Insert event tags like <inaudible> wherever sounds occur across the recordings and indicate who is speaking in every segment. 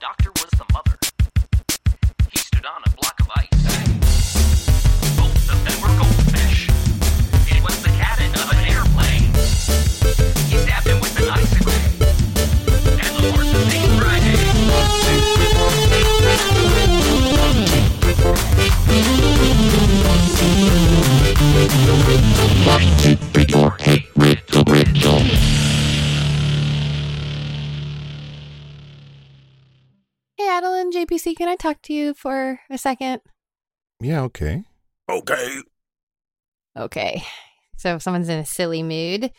Speaker 1: doctor was the mother. He stood on a block of ice. Both of them were goldfish. It was the cabin of an airplane. He stabbed him with an icicle. And the horses ate Friday.
Speaker 2: Hey, Adeline, JPC, can I talk to you for a second?
Speaker 3: Yeah, okay.
Speaker 4: Okay.
Speaker 2: Okay. So if someone's in a silly mood,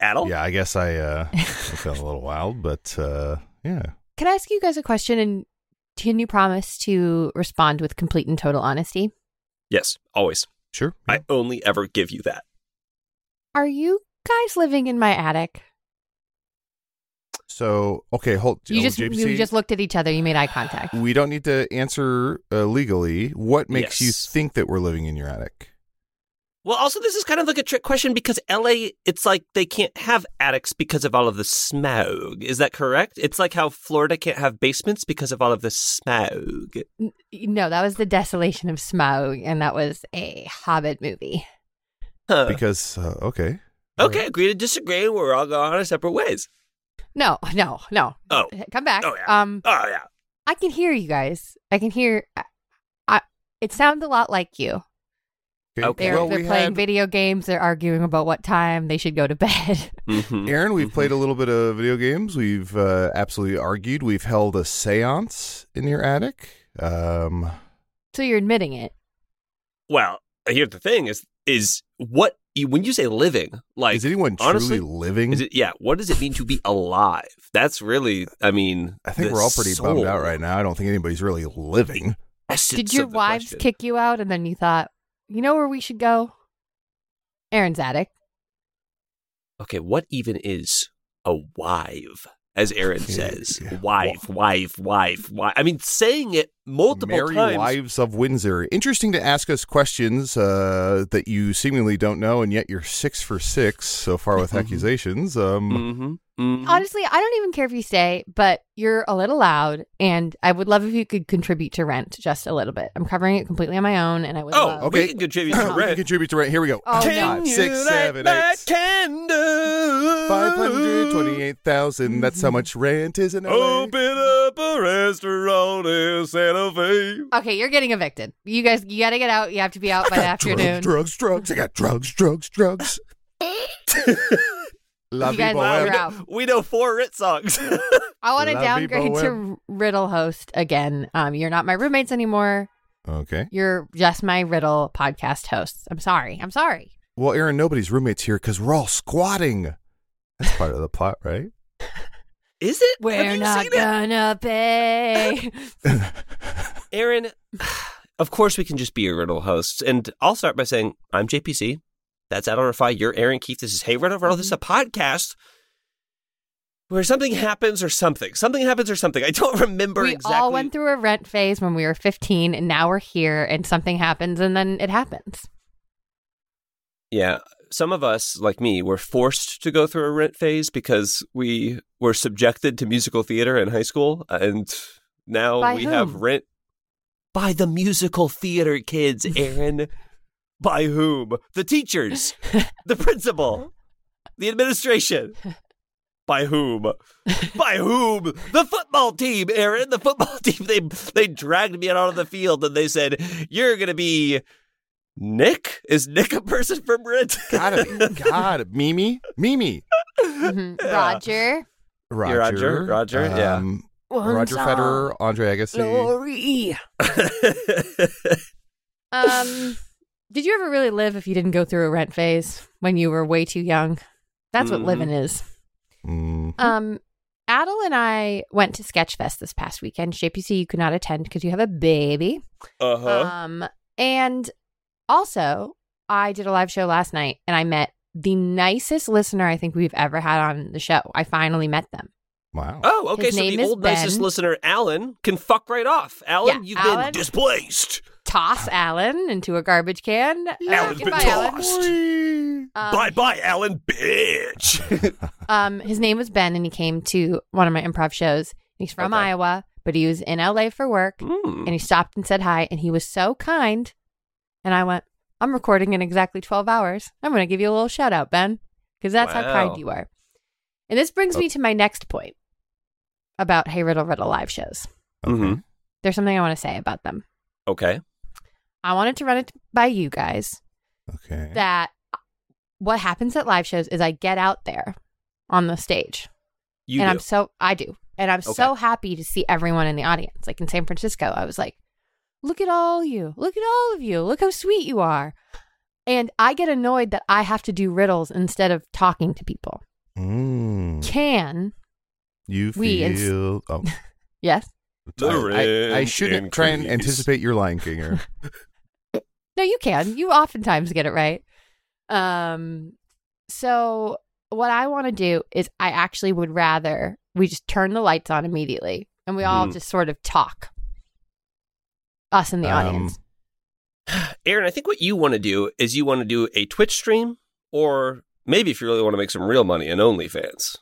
Speaker 4: Adel?
Speaker 3: Yeah, I guess I uh I felt a little wild, but uh yeah.
Speaker 2: can I ask you guys a question? And can you promise to respond with complete and total honesty?
Speaker 4: Yes, always.
Speaker 3: Sure.
Speaker 4: I only ever give you that.
Speaker 2: Are you guys living in my attic?
Speaker 3: so okay, hold
Speaker 2: You
Speaker 3: oh,
Speaker 2: just you
Speaker 3: JPC,
Speaker 2: just looked at each other. You made eye contact.
Speaker 3: we don't need to answer uh, legally. What makes you
Speaker 4: Yes.
Speaker 3: think that we're living in your attic?
Speaker 4: Well, also, this is kind of like a trick question because LA, it's like they can't have attics because of all of the smog. Is that correct? It's like how Florida can't have basements because of all of the smog.
Speaker 2: N- No, that was the desolation of smog, and that was a Hobbit movie.
Speaker 4: Huh.
Speaker 3: Because uh, okay.
Speaker 4: okay, agree to disagree. We're all going our separate ways.
Speaker 2: No, no, no.
Speaker 4: Oh.
Speaker 2: Come back.
Speaker 4: Oh, yeah.
Speaker 2: Um,
Speaker 4: Oh, yeah.
Speaker 2: I can hear you guys. I can hear. I, I, it sounds a lot like you.
Speaker 4: Okay.
Speaker 2: They're,
Speaker 3: Well,
Speaker 2: they're
Speaker 3: we
Speaker 2: playing
Speaker 3: had,
Speaker 2: video games. They're arguing about what time they should go to <laughs> bed.
Speaker 4: Mhm.
Speaker 3: Aaron, we've
Speaker 4: Mhm.
Speaker 3: played a little bit of video games. We've uh, absolutely argued. We've held a séance in your attic. Um
Speaker 2: so you're admitting it.
Speaker 4: Well, here's the thing is, is what, you, when you say living, like,
Speaker 3: is anyone truly
Speaker 4: honestly,
Speaker 3: living?
Speaker 4: Is it yeah? What does it mean to be alive? That's really, I mean,
Speaker 3: I think
Speaker 4: the
Speaker 3: we're all pretty
Speaker 4: soul.
Speaker 3: bummed out right now. I don't think anybody's really living.
Speaker 4: Essence
Speaker 2: Did your
Speaker 4: of the
Speaker 2: wives
Speaker 4: question.
Speaker 2: kick you out and then you thought, you know where we should go? Aaron's attic.
Speaker 4: Okay, what even is a wife? As Aaron says,
Speaker 3: <laughs> Yeah.
Speaker 4: wife, wife, wife, wife. I mean, saying it multiple
Speaker 3: Merry
Speaker 4: times.
Speaker 3: Wives of Windsor. Interesting to ask us questions uh, that you seemingly don't know, and yet you're six for six so far with
Speaker 4: Mhm.
Speaker 3: accusations. Um,
Speaker 4: hmm hmm
Speaker 2: Honestly, I don't even care if you stay, but you're a little loud and I would love if you could contribute to rent just a little bit. I'm covering it completely on my own and I would
Speaker 4: Oh,
Speaker 2: love
Speaker 4: okay. we can contribute to
Speaker 3: <laughs> We
Speaker 4: rent.
Speaker 3: can contribute to rent. Here we go.
Speaker 2: Oh,
Speaker 3: Five,
Speaker 2: no.
Speaker 3: six, seven, eight.
Speaker 4: candle.
Speaker 3: 528,000. That's
Speaker 4: Mm-hmm.
Speaker 3: how much rent is in LA.
Speaker 4: Open up a restaurant in Santa Fe.
Speaker 2: Okay, you're getting evicted. You guys you gotta get out. You have to be
Speaker 4: <laughs>
Speaker 2: out by the afternoon.
Speaker 3: Drugs, drugs, drugs. I got drugs, drugs, drugs. La
Speaker 2: You guys
Speaker 3: vie
Speaker 2: are
Speaker 3: bohème.
Speaker 2: out.
Speaker 4: We know four Rit songs. <laughs>
Speaker 2: I want to
Speaker 3: Love you,
Speaker 2: downgrade
Speaker 3: Bo
Speaker 2: to riddle host again. Um, you're not my roommates anymore.
Speaker 3: Okay.
Speaker 2: You're just my riddle podcast hosts. I'm sorry. I'm sorry.
Speaker 3: Well, Aaron, nobody's roommates here because we're all squatting. That's part of the plot, right? <laughs>
Speaker 4: Is it? Have
Speaker 2: We're
Speaker 4: you
Speaker 2: not
Speaker 4: seen it? <laughs>
Speaker 2: gonna pay.
Speaker 4: Aaron, of course we can just be your riddle hosts. And I'll start by saying, I'm JPC. That's Adam Rafi. You're Aaron Keith. This is Hey Riddle Riddle. This is a
Speaker 2: Mm-hmm.
Speaker 4: podcast where something happens or something. Something happens or something. I don't <laughs> remember
Speaker 2: we
Speaker 4: exactly.
Speaker 2: all went through a rent phase when we were 15, and now we're here, and something happens, and then it happens.
Speaker 4: yeah. Some of us, like me, were forced to go through a rent phase because we were subjected to musical theater in high school. And now
Speaker 2: By
Speaker 4: we
Speaker 2: whom?
Speaker 4: have rent by the musical theater kids, Aaron. by whom? The teachers. the principal, the administration. By whom? By whom? The football team, Aaron. The football <laughs> team. They they dragged me out on the field and they said, "You're gonna be Nick. Is Nick a person from <laughs> Rent?
Speaker 3: gotta be. Gotta be. Mimi. Mimi.
Speaker 2: Mhm.
Speaker 4: <laughs> Yeah.
Speaker 2: Roger.
Speaker 3: Roger.
Speaker 4: Roger, um, Roger, yeah.
Speaker 3: yeah. Roger Federer, Andre Agassi.
Speaker 2: Um, did you ever really live if you didn't go through a rent phase when you were way too young? That's
Speaker 4: Mhm.
Speaker 2: what living is.
Speaker 3: Mm.
Speaker 2: Um, Adele and I went to Sketchfest this past weekend. JPC, you could not attend because you have a baby.
Speaker 4: Uh huh.
Speaker 2: Um, and also, I did a live show last night and I met the nicest listener I think we've ever had on the show. I finally met them.
Speaker 3: Wow.
Speaker 4: oh, okay.
Speaker 2: his
Speaker 4: So
Speaker 2: name
Speaker 4: the
Speaker 2: is
Speaker 4: old nicest
Speaker 2: Ben.
Speaker 4: listener, Alan, can fuck right off.
Speaker 2: Yeah,
Speaker 4: Alan, you've been
Speaker 2: Alan.
Speaker 4: displaced
Speaker 2: Toss Alan into a garbage can. Uh,
Speaker 4: Alan's been
Speaker 2: goodbye,
Speaker 4: tossed. <laughs>
Speaker 2: Um,
Speaker 4: bye bye, Alan, bitch.
Speaker 2: Um, his name was Ben, and he came to one of my improv shows. He's from
Speaker 4: Okay.
Speaker 2: Iowa, but he was in LA for work,
Speaker 4: Mm.
Speaker 2: and he stopped and said hi, and he was so kind. And I went, "I'm recording in exactly 12 hours. I'm going to give you a little shout out, Ben, because that's how
Speaker 4: Wow.
Speaker 2: kind you are." And this brings me to my next point about Hey Riddle Riddle live shows.
Speaker 3: Okay.
Speaker 4: Mhm.
Speaker 2: There's something I want to say about them.
Speaker 4: Okay.
Speaker 2: I wanted to run it by you guys
Speaker 3: Okay.
Speaker 2: that uh, what happens at live shows is I get out there on the stage.
Speaker 4: You
Speaker 2: and
Speaker 4: do.
Speaker 2: I'm so I do, and I'm so
Speaker 4: Okay.
Speaker 2: happy to see everyone in the audience. Like in San Francisco, I was like, "Look at all you! Look at all of you! Look how sweet you are!" And I get annoyed that I have to do riddles instead of talking to people.
Speaker 3: Mm.
Speaker 2: Can
Speaker 3: You
Speaker 2: We ins-
Speaker 3: feel. oh,
Speaker 2: yes?
Speaker 4: The
Speaker 3: I- I, I
Speaker 4: rent
Speaker 3: shouldn't try and
Speaker 4: increase.
Speaker 3: anticipate your Lion Kinger.
Speaker 2: No, you can. You oftentimes get it right. Um, so what I want to do is I actually would rather we just turn the lights on immediately and we all
Speaker 4: Mhm.
Speaker 2: just sort of talk. Us in the
Speaker 3: Um,
Speaker 2: audience.
Speaker 4: Aaron, I think what you want to do is you want to do a Twitch stream, or maybe if you really want to make some real money, an OnlyFans.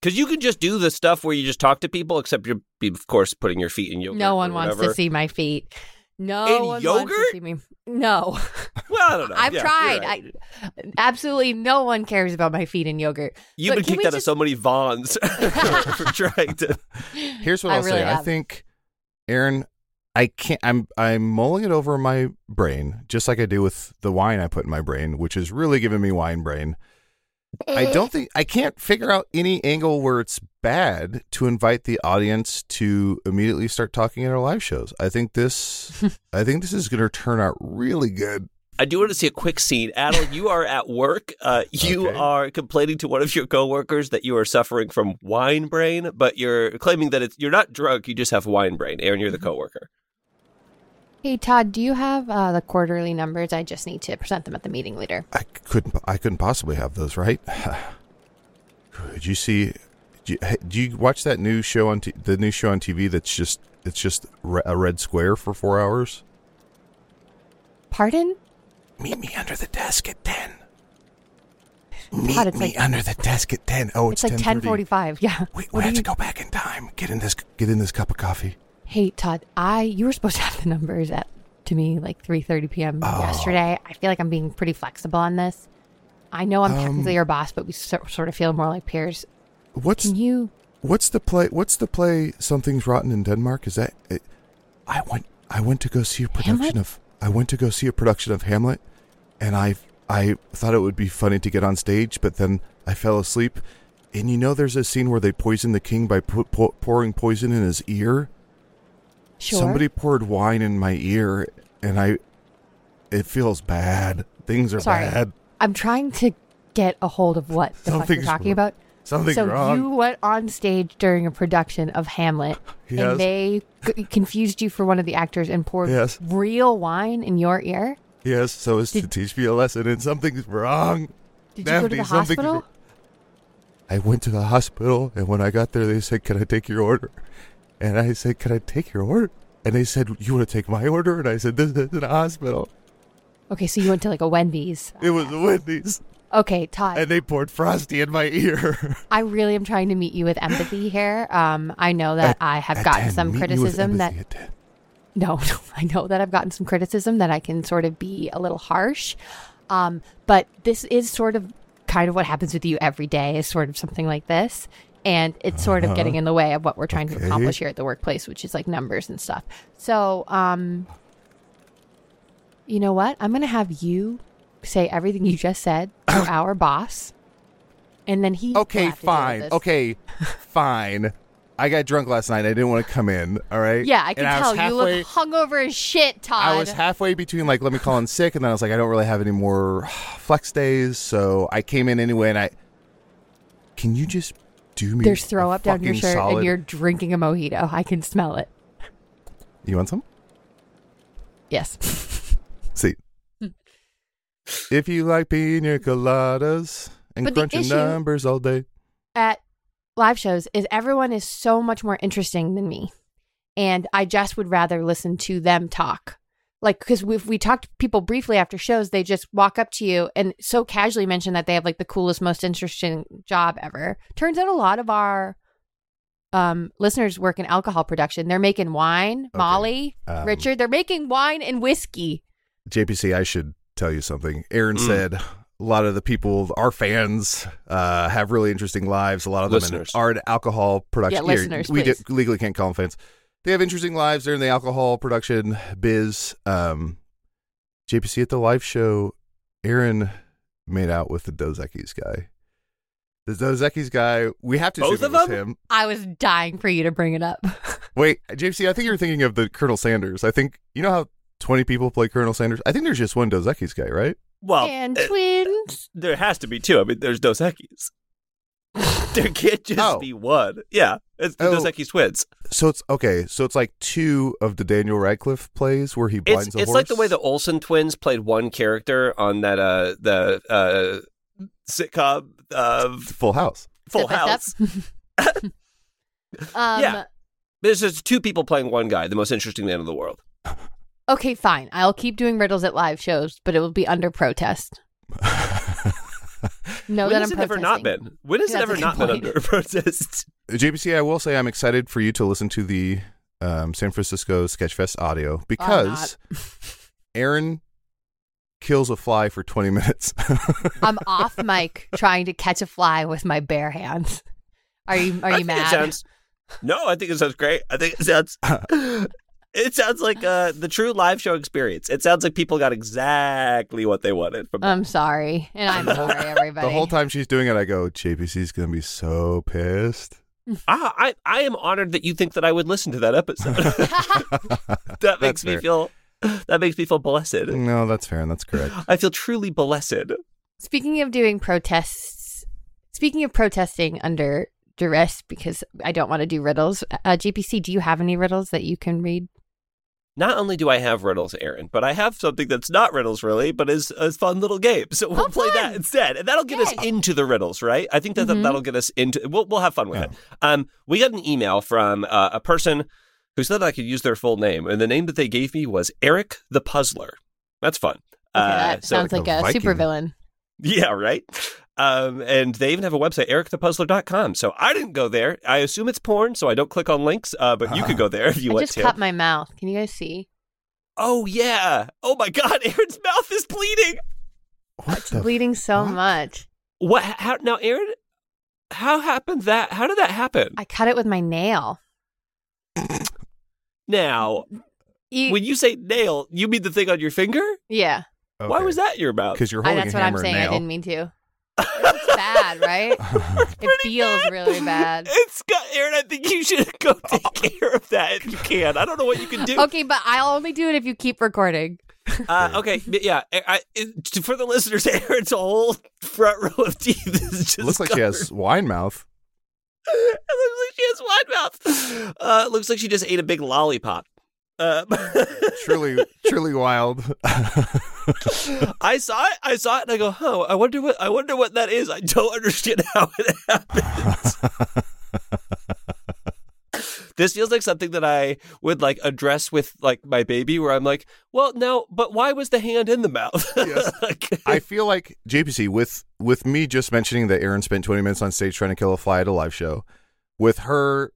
Speaker 4: Because you can just do the stuff where you just talk to people, except you're, be- of course, putting your feet in yogurt.
Speaker 2: No
Speaker 4: or
Speaker 2: one wants to
Speaker 4: whatever.
Speaker 2: see my feet. No
Speaker 4: In
Speaker 2: one wants to
Speaker 4: yogurt?
Speaker 2: see me.
Speaker 4: <laughs>
Speaker 2: No,
Speaker 4: Well, I don't know.
Speaker 2: I've
Speaker 4: Yeah, you're
Speaker 2: tried.
Speaker 4: right.
Speaker 2: I, absolutely, no one cares about my feet in yogurt.
Speaker 4: You've
Speaker 2: But
Speaker 4: been
Speaker 2: can
Speaker 4: kicked
Speaker 2: we
Speaker 4: out of
Speaker 2: just-
Speaker 4: so many Vons <laughs> for trying to.
Speaker 3: Here's what
Speaker 2: I
Speaker 3: I'll
Speaker 2: really
Speaker 3: say. I
Speaker 2: have.
Speaker 3: think, Aaron, I can't. I'm I'm mulling it over in my brain, just like I do with the wine I put in my brain, which is really giving me wine brain. I
Speaker 2: Eh?
Speaker 3: don't think I can't figure out any angle where it's bad to invite the audience to immediately start talking at our live shows. I
Speaker 2: <laughs>
Speaker 3: think this, I think this is going to turn out really good.
Speaker 4: I do want to see a quick scene. Adel, you are at work. Uh, you
Speaker 3: Okay.
Speaker 4: are complaining to one of your coworkers that you are suffering from wine brain, but you're claiming that it's you're not drunk. You just have wine brain. Aaron,
Speaker 3: Mm-hmm.
Speaker 4: you're the coworker.
Speaker 2: Hey Todd, do you have uh, the quarterly numbers? I just need to present them at the meeting later.
Speaker 3: I couldn't. I couldn't possibly have those, right? <sighs> Did you see? Do you, hey, do you watch that new show on t- the new show on TV? That's just it's just re- a red square for four hours.
Speaker 2: Pardon?
Speaker 3: Meet me under the desk at ten.
Speaker 2: God,
Speaker 3: Meet
Speaker 2: it's
Speaker 3: me
Speaker 2: like-
Speaker 3: under the desk at ten. Oh, it's,
Speaker 2: It's, like ten
Speaker 3: 10:30.
Speaker 2: forty-five. Yeah.
Speaker 3: We, we
Speaker 2: What do
Speaker 3: have
Speaker 2: you-
Speaker 3: to go back in time. Get in this. Get in this cup of coffee.
Speaker 2: Hey Todd, I you were supposed to have the numbers at to me like three thirty p.m.
Speaker 3: Oh.
Speaker 2: yesterday. I feel like I'm being pretty flexible on this. I know
Speaker 3: Um,
Speaker 2: I'm technically your boss, but we so, sort of feel more like peers.
Speaker 3: What's
Speaker 2: Can you?
Speaker 3: What's the play? What's the play? Something's rotten in Denmark. Is that? It, I went. I went to go see a production
Speaker 2: Hamlet?
Speaker 3: of. I went to go see a production of Hamlet, and I. I thought it would be funny to get on stage, but then I fell asleep. And you know, there's a scene where they poison the king by pu- pu- pouring poison in his ear.
Speaker 2: Sure.
Speaker 3: Somebody poured wine in my ear, and I. It feels bad. Things are
Speaker 2: Sorry.
Speaker 3: bad.
Speaker 2: I'm trying to get a hold of what the fuck you're
Speaker 3: Something's
Speaker 2: talking
Speaker 3: wrong.
Speaker 2: about.
Speaker 3: Something's
Speaker 2: so
Speaker 3: wrong.
Speaker 2: you went on stage during a production of Hamlet,
Speaker 3: <laughs> Yes.
Speaker 2: and they c- confused you for one of the actors and poured
Speaker 3: Yes.
Speaker 2: real wine in your ear.
Speaker 3: Yes, so as to
Speaker 2: Did-
Speaker 3: teach me a lesson, and something's wrong.
Speaker 2: Did you go to the
Speaker 3: something's
Speaker 2: hospital?
Speaker 3: wrong. I went to the hospital, and when I got there, they said, "Can I take your order?" And I said, "Can I take your order?" And they said, "You want to take my order?" And I said, "This isn't a hospital.
Speaker 2: Okay, so you went to like a Wendy's.
Speaker 3: It was a Wendy's,
Speaker 2: Okay, Todd,
Speaker 3: and they poured frosty in my ear."
Speaker 2: I really am trying to meet you with empathy here. Um, I know that I have
Speaker 3: At
Speaker 2: gotten
Speaker 3: 10,
Speaker 2: some
Speaker 3: meet me with
Speaker 2: criticism that
Speaker 3: empathy at 10.
Speaker 2: no, <laughs> no, I know that I've gotten some criticism that I can sort of be a little harsh. Um, but this is sort of kind of what happens with you every day is sort of something like this. And it's sort of getting in the way of what we're trying to
Speaker 3: Uh-huh. Okay.
Speaker 2: accomplish here at the workplace, which is like numbers and stuff. So, um, you know what? I'm going to have you say everything you just said
Speaker 3: <coughs>
Speaker 2: to our boss. And then he. will
Speaker 3: Okay,
Speaker 2: have to deal with
Speaker 3: fine.
Speaker 2: this.
Speaker 3: Okay, fine. I got drunk last night. I didn't want to come in. All right.
Speaker 2: Yeah, I can
Speaker 3: And
Speaker 2: tell.
Speaker 3: was
Speaker 2: you look
Speaker 3: halfway-
Speaker 2: hungover as shit, Todd.
Speaker 3: I was halfway between like <sighs> let me call in sick, and then I was like I don't really have any more flex days, so I came in anyway, and I Can you just do me?
Speaker 2: There's throw
Speaker 3: a
Speaker 2: up down your
Speaker 3: fucking
Speaker 2: shirt
Speaker 3: solid-
Speaker 2: and you're drinking a mojito. I can smell it.
Speaker 3: You want some?
Speaker 2: Yes. <laughs>
Speaker 3: See. if you like pina coladas and
Speaker 2: But the
Speaker 3: crunching
Speaker 2: issue-
Speaker 3: numbers all day,
Speaker 2: At live shows is everyone is so much more interesting than me. And I just would rather listen to them talk. Like, because if we talked to people briefly after shows, they just walk up to you and so casually mention that they have like the coolest, most interesting job ever. Turns out a lot of our um, listeners work in alcohol production. They're making wine, Molly,
Speaker 3: um,
Speaker 2: Richard, they're making wine and whiskey.
Speaker 3: JPC, I should tell you something. Aaron
Speaker 4: Mm.
Speaker 3: said a lot of the people, our fans, uh, have really interesting lives. A lot of
Speaker 4: Listeners.
Speaker 3: them in- are in alcohol production.
Speaker 2: Yeah, listeners,
Speaker 3: we
Speaker 2: please.
Speaker 3: legally can't call them fans. They have interesting lives. They're in the alcohol production biz. Um, JPC at the live show, Aaron made out with the Dozekis guy. The Dozekis guy, we have to
Speaker 4: Both
Speaker 3: assume
Speaker 4: of
Speaker 3: it was
Speaker 4: them?
Speaker 3: him.
Speaker 2: I was dying for you to bring it up. <laughs>
Speaker 3: Wait, JPC, I think you're thinking of the Colonel Sanders. I think, you know how 20 people play Colonel Sanders? I think there's just one Dozekis guy, right?
Speaker 4: Well,
Speaker 2: and
Speaker 4: uh,
Speaker 2: twins.
Speaker 4: there has to be two. I mean, there's Dos Equis.
Speaker 3: <laughs>
Speaker 4: there can't just
Speaker 3: Oh.
Speaker 4: be one. Yeah, it's the
Speaker 3: Oh.
Speaker 4: Dos Equis twins.
Speaker 3: So it's okay. So it's like two of the Daniel Radcliffe plays where he blinds
Speaker 4: It's
Speaker 3: a
Speaker 4: it's
Speaker 3: horse.
Speaker 4: like the way the Olsen twins played one character on that uh the uh sitcom
Speaker 3: It's
Speaker 4: of
Speaker 3: Full House.
Speaker 4: Full
Speaker 2: Step by
Speaker 4: House. <laughs>
Speaker 2: step. <laughs> um,
Speaker 4: Yeah. There's just two people playing one guy, the most interesting man in the world.
Speaker 2: Okay, fine. I'll keep doing riddles at live shows, but it will be under
Speaker 3: <laughs>
Speaker 2: protest. No,
Speaker 4: when
Speaker 2: that
Speaker 4: has
Speaker 2: I'm
Speaker 4: it ever
Speaker 2: protesting.
Speaker 4: not been? When has
Speaker 2: Yeah,
Speaker 4: it ever
Speaker 2: that's a
Speaker 4: not
Speaker 2: good
Speaker 4: been
Speaker 2: point.
Speaker 4: under protest?
Speaker 3: JBC, I will say I'm excited for you to listen to the um, San Francisco Sketchfest audio
Speaker 2: <laughs>
Speaker 3: because Aaron kills a fly for 20 minutes. <laughs>
Speaker 2: I'm
Speaker 4: <laughs>
Speaker 2: off mic trying to catch a fly with my bare hands. Are you Are
Speaker 4: I
Speaker 2: you
Speaker 4: think it
Speaker 2: mad?
Speaker 4: sounds- no, I think it sounds great. I think it sounds. <laughs> it sounds like uh, the true live show experience. It sounds like people got exactly what they wanted
Speaker 2: <laughs>
Speaker 4: from.
Speaker 2: I'm sorry, and
Speaker 4: <laughs>
Speaker 2: I'm sorry, everybody.
Speaker 3: the whole time she's doing it, I go, JBC's going to be so pissed.
Speaker 4: ah, I I am honored that you think that I would listen to
Speaker 2: <laughs>
Speaker 4: that episode. that makes me
Speaker 3: fair.
Speaker 4: feel. That makes me feel blessed.
Speaker 3: No, that's fair and that's correct.
Speaker 2: <gasps>
Speaker 4: I feel truly blessed.
Speaker 2: Speaking of doing protests, speaking of protesting under duress, because I don't want to do riddles. Uh, GPC, do you have any riddles that you can read?
Speaker 4: Not only do I have riddles, Aaron, but I have something that's not riddles really, but is a fun little game. <laughs> So we'll
Speaker 2: Oh,
Speaker 4: play that
Speaker 2: fun.
Speaker 4: instead, and that'll get us
Speaker 2: Yay.
Speaker 4: into the riddles, right? I think that that-
Speaker 2: Mhm.
Speaker 4: that'll get us into. We'll we'll have fun with
Speaker 3: Yeah.
Speaker 4: it. Um, we got an email from uh, a person who said that I could use their full name, and the name that they gave me was Eric the Puzzler. That's fun.
Speaker 2: Okay,
Speaker 4: Uh,
Speaker 2: that
Speaker 4: so
Speaker 2: sounds
Speaker 3: like
Speaker 2: like
Speaker 3: a
Speaker 2: a
Speaker 3: Viking.
Speaker 2: supervillain.
Speaker 4: <laughs> yeah, right. Um, and they even have a website, ericthepuzzler.com. So I didn't go there. I assume it's porn, so I don't click on links. Uh, but you could go there if you
Speaker 2: Ah. I
Speaker 4: want
Speaker 2: just
Speaker 4: to.
Speaker 2: cut my mouth. Can you guys see?
Speaker 4: oh yeah. Oh my God, <laughs> Aaron's mouth is bleeding.
Speaker 3: What
Speaker 2: It's
Speaker 3: the
Speaker 2: bleeding so
Speaker 3: fuck?
Speaker 2: much.
Speaker 4: What? How now, Aaron? How happened that? How did that happen?
Speaker 2: I cut it with my nail.
Speaker 4: now,
Speaker 2: You,
Speaker 4: when you say nail, you mean the thing on your finger?
Speaker 2: E yeah,
Speaker 4: Why
Speaker 3: Okay.
Speaker 4: was that in your mouth?
Speaker 3: Because you're
Speaker 2: I,
Speaker 3: holding
Speaker 2: that's
Speaker 3: a
Speaker 2: what I'm
Speaker 3: hammer
Speaker 2: saying.
Speaker 3: and
Speaker 2: I
Speaker 3: nail.
Speaker 2: didn't mean
Speaker 4: <laughs>
Speaker 2: to. It's bad, right? it feels really
Speaker 4: <laughs>
Speaker 2: bad.
Speaker 4: It's got Aaron. I think you should <laughs> go
Speaker 3: <laughs>
Speaker 4: take care of that if you can. I don't know what you can do.
Speaker 2: Okay, but I'll only do it if you keep recording.
Speaker 4: Uh, okay. but yeah. I, I, it- for the listeners, <laughs> Aaron's whole front row of teeth is just
Speaker 3: It looks like she
Speaker 4: covered.
Speaker 3: has wine mouth.
Speaker 4: <laughs> it looks like she has wide mouth. Uh, it looks like she just ate a big lollipop. Uh, <laughs>
Speaker 2: <laughs>
Speaker 3: Truly, truly wild.
Speaker 4: I saw it. I saw it, and I go, "Huh? I wonder what. I wonder what that is. I don't understand <laughs> how it happened." <laughs> this feels like something that I would like address with like my baby, where I'm like, "Well, no, but why was the hand in the mouth?" <laughs>
Speaker 3: Yes.
Speaker 4: Like-
Speaker 3: I feel like JPC with with me just mentioning that Aaron spent 20 minutes on stage trying to kill a fly at a live show, with her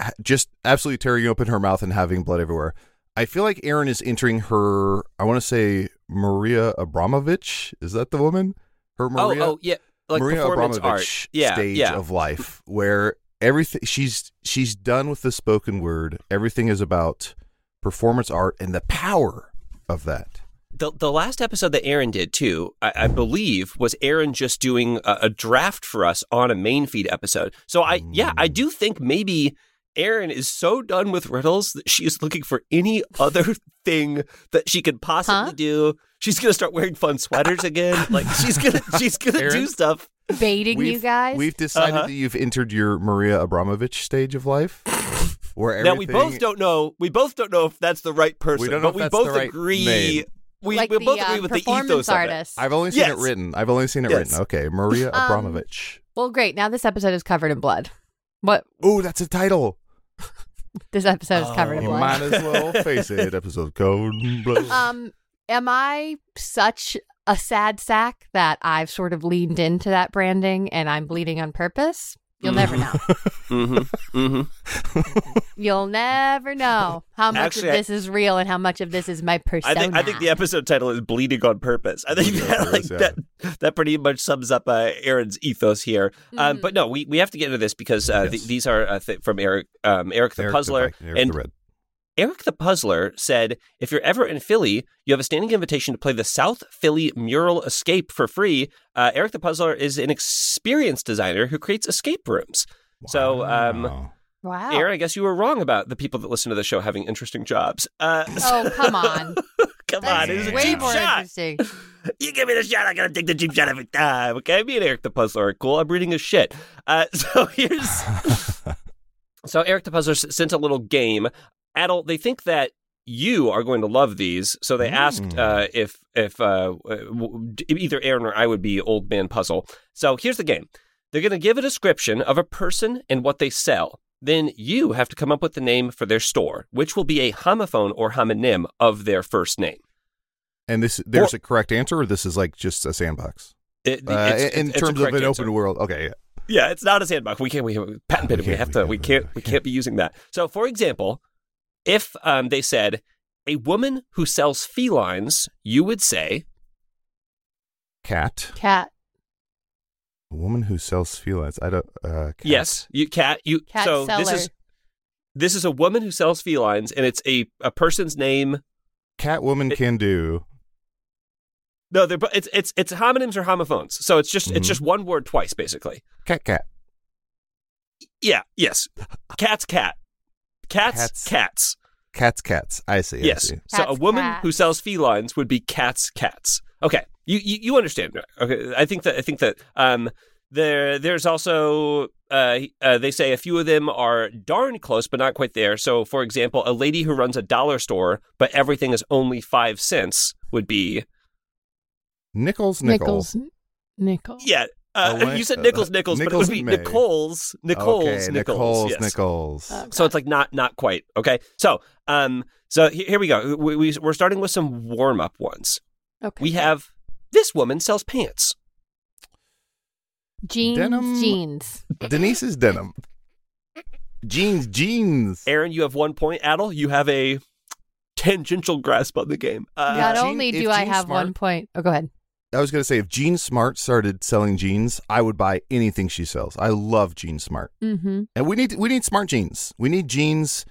Speaker 3: ha- just absolutely tearing open her mouth and having blood everywhere. I feel like Aaron is entering her. I want to say Maria Abramovich. Is that the woman? Her Maria.
Speaker 4: <laughs> oh, oh, yeah. Like
Speaker 3: Maria
Speaker 4: performance
Speaker 3: Abramovich
Speaker 4: art. Yeah,
Speaker 3: stage
Speaker 4: yeah.
Speaker 3: of life where everything she's she's done with the spoken word. Everything is about performance art and the power of that.
Speaker 4: the the last episode that Aaron did too, I, I believe, was Aaron just doing a, a draft for us on a main feed episode. So I yeah, I do think maybe Aaron is so done with riddles that she is looking for any other <laughs> thing that she could possibly
Speaker 2: Huh? <laughs>
Speaker 4: do. She's gonna start wearing fun sweaters again. Like she's gonna she's gonna do
Speaker 3: Aaron?
Speaker 4: stuff.
Speaker 2: baiting you
Speaker 3: We've-
Speaker 2: guys.
Speaker 3: We've decided
Speaker 4: Uh-huh.
Speaker 3: that you've entered your Maria Abramovich stage of
Speaker 4: <laughs>
Speaker 3: life, where everything.
Speaker 4: Now we both don't know. We both don't know if that's the right person.
Speaker 3: We don't know if
Speaker 4: but we
Speaker 3: that's
Speaker 4: both
Speaker 3: the right
Speaker 4: agree.
Speaker 3: name.
Speaker 4: We,
Speaker 2: like
Speaker 4: we
Speaker 2: the,
Speaker 4: both agree
Speaker 2: um,
Speaker 4: with the
Speaker 2: performance
Speaker 4: ethos of
Speaker 2: artist.
Speaker 3: I've only seen
Speaker 4: Yes.
Speaker 3: it written. I've only seen it
Speaker 4: Yes.
Speaker 3: written. Okay, Maria
Speaker 2: Um,
Speaker 3: Abramovich.
Speaker 2: Well, great. Now this episode is covered in blood. What
Speaker 3: Oh, that's a title.
Speaker 2: this episode is covered in
Speaker 3: You
Speaker 4: Oh.
Speaker 2: blood.
Speaker 3: might as well face it.
Speaker 2: <laughs>
Speaker 3: Episode code.
Speaker 2: Um, am I such a sad sack that I've sort of leaned into that branding and I'm bleeding on purpose? You'll never know.
Speaker 4: it. Mm-hmm. Mm-hmm.
Speaker 2: You'll never know how much
Speaker 4: Actually, I-
Speaker 2: of this is real and how much of this is my
Speaker 4: I
Speaker 2: persona.
Speaker 4: think I think the episode title is "Bleeding on Purpose." I think
Speaker 3: Bleeding on
Speaker 4: that, like,
Speaker 3: Purpose, yeah.
Speaker 4: that that pretty much sums up uh, Aaron's ethos here.
Speaker 2: Mm-hmm.
Speaker 4: Um, but no, we, we have to get into this because uh, th-
Speaker 3: Yes.
Speaker 4: these are uh, th- from Eric um, Eric the
Speaker 3: Eric
Speaker 4: Puzzler
Speaker 3: Vi- Eric
Speaker 4: and
Speaker 3: the Red.
Speaker 4: Eric the Puzzler said, if you're ever in Philly, you have a standing invitation to play the South Philly Mural Escape for free. Uh, Eric the Puzzler is an experienced designer who creates escape rooms. So, um,
Speaker 3: Wow.
Speaker 2: wow.
Speaker 4: Aaron, I guess you were wrong about the people that listen to the show having interesting jobs. Uh, <laughs>
Speaker 2: Oh come on!
Speaker 4: come on,
Speaker 2: That's
Speaker 4: it was a
Speaker 2: way
Speaker 4: cheap
Speaker 2: more
Speaker 4: shot.
Speaker 2: interesting.
Speaker 4: You give me the shot, I'm going to take the cheap shot every time. Okay, me and Eric the Puzzler are cool. I'm reading his shit. Uh, <laughs> so here's. So Eric the Puzzler s- sent a little game. Adult, they think that you are going to love these, so they asked
Speaker 3: Mm.
Speaker 4: uh, if if uh, w- w- d- either Aaron or I would be Old Man Puzzle. So here's the game: they're going to give a description of a person and what they sell. Then you have to come up with the name for their store, which will be a homophone or homonym of their first name.
Speaker 3: and this there's a correct answer, or this is like just a sandbox
Speaker 4: It-
Speaker 3: Uh,
Speaker 4: it's-
Speaker 3: in
Speaker 4: it's- it's a
Speaker 3: terms of
Speaker 4: correct
Speaker 3: an
Speaker 4: answer.
Speaker 3: open world. Okay, yeah.
Speaker 4: Yeah, it's not a sandbox. We can't. We patent it.
Speaker 3: We
Speaker 4: We,
Speaker 3: can't-
Speaker 4: have
Speaker 3: we
Speaker 4: to.
Speaker 3: can't
Speaker 4: We
Speaker 3: do
Speaker 4: can't.
Speaker 3: that.
Speaker 4: We
Speaker 3: We
Speaker 4: can't be using that. So, for example, if um, they said a woman who sells felines, you would say
Speaker 3: cat,
Speaker 2: Cat,
Speaker 3: a woman who sells felines. I don't. Uh, cat.
Speaker 4: yes, you cat you.
Speaker 2: cat
Speaker 4: so
Speaker 2: seller.
Speaker 4: this is this is a woman who sells felines, and it's a a person's name.
Speaker 3: cat woman
Speaker 4: It-
Speaker 3: can do.
Speaker 4: No, they're bo- it's it's it's homonyms or homophones. So it's just it's
Speaker 3: Mhm.
Speaker 4: just one word twice, basically.
Speaker 3: Cat, cat,
Speaker 4: Yeah. Yes. Cat's cat. Cats. Cats.
Speaker 3: Cats. cats, cats. I see. I
Speaker 4: Yes.
Speaker 3: see.
Speaker 4: So a
Speaker 2: Cats,
Speaker 4: woman
Speaker 2: cats.
Speaker 4: who sells felines would be cats, cats. Okay, you you, you understand? Okay, I think that I think that um there there's also uh, uh they say a few of them are darn close but not quite there. So for example, a lady who runs a dollar store but everything is only five cents would be
Speaker 3: Nickels, nickels.
Speaker 2: Nichols. Nichols.
Speaker 4: yeah. Uh,
Speaker 3: Oh, wait,
Speaker 4: you said
Speaker 3: uh,
Speaker 4: Nichols, Nichols, but it
Speaker 3: Nichols
Speaker 4: would be
Speaker 3: May.
Speaker 4: Nichols, Nichols,
Speaker 3: okay,
Speaker 4: Nichols,
Speaker 3: Nichols,
Speaker 4: yes.
Speaker 2: Oh,
Speaker 3: Nichols.
Speaker 2: Uh.
Speaker 4: So it's like not not quite okay. So um, so he- here we go. We, we we're starting with some warm up ones.
Speaker 2: Okay.
Speaker 4: we have this woman sells pants.
Speaker 2: jeans.
Speaker 3: denim-
Speaker 2: Jeans.
Speaker 3: Denise's denim. Jeans, jeans.
Speaker 4: Aaron, you have one point. Adel, you have a <laughs> tangential grasp on the game. Uh,
Speaker 2: Not
Speaker 3: Jean-
Speaker 2: only
Speaker 3: if
Speaker 2: do I
Speaker 3: Jean
Speaker 2: have one
Speaker 3: Smart-
Speaker 2: point. Oh, go ahead.
Speaker 3: I was gonna say if Jean Smart started selling jeans, I would buy anything she sells. I love Jean Smart,
Speaker 2: Mm-hmm.
Speaker 3: and we need we need smart jeans. We need jeans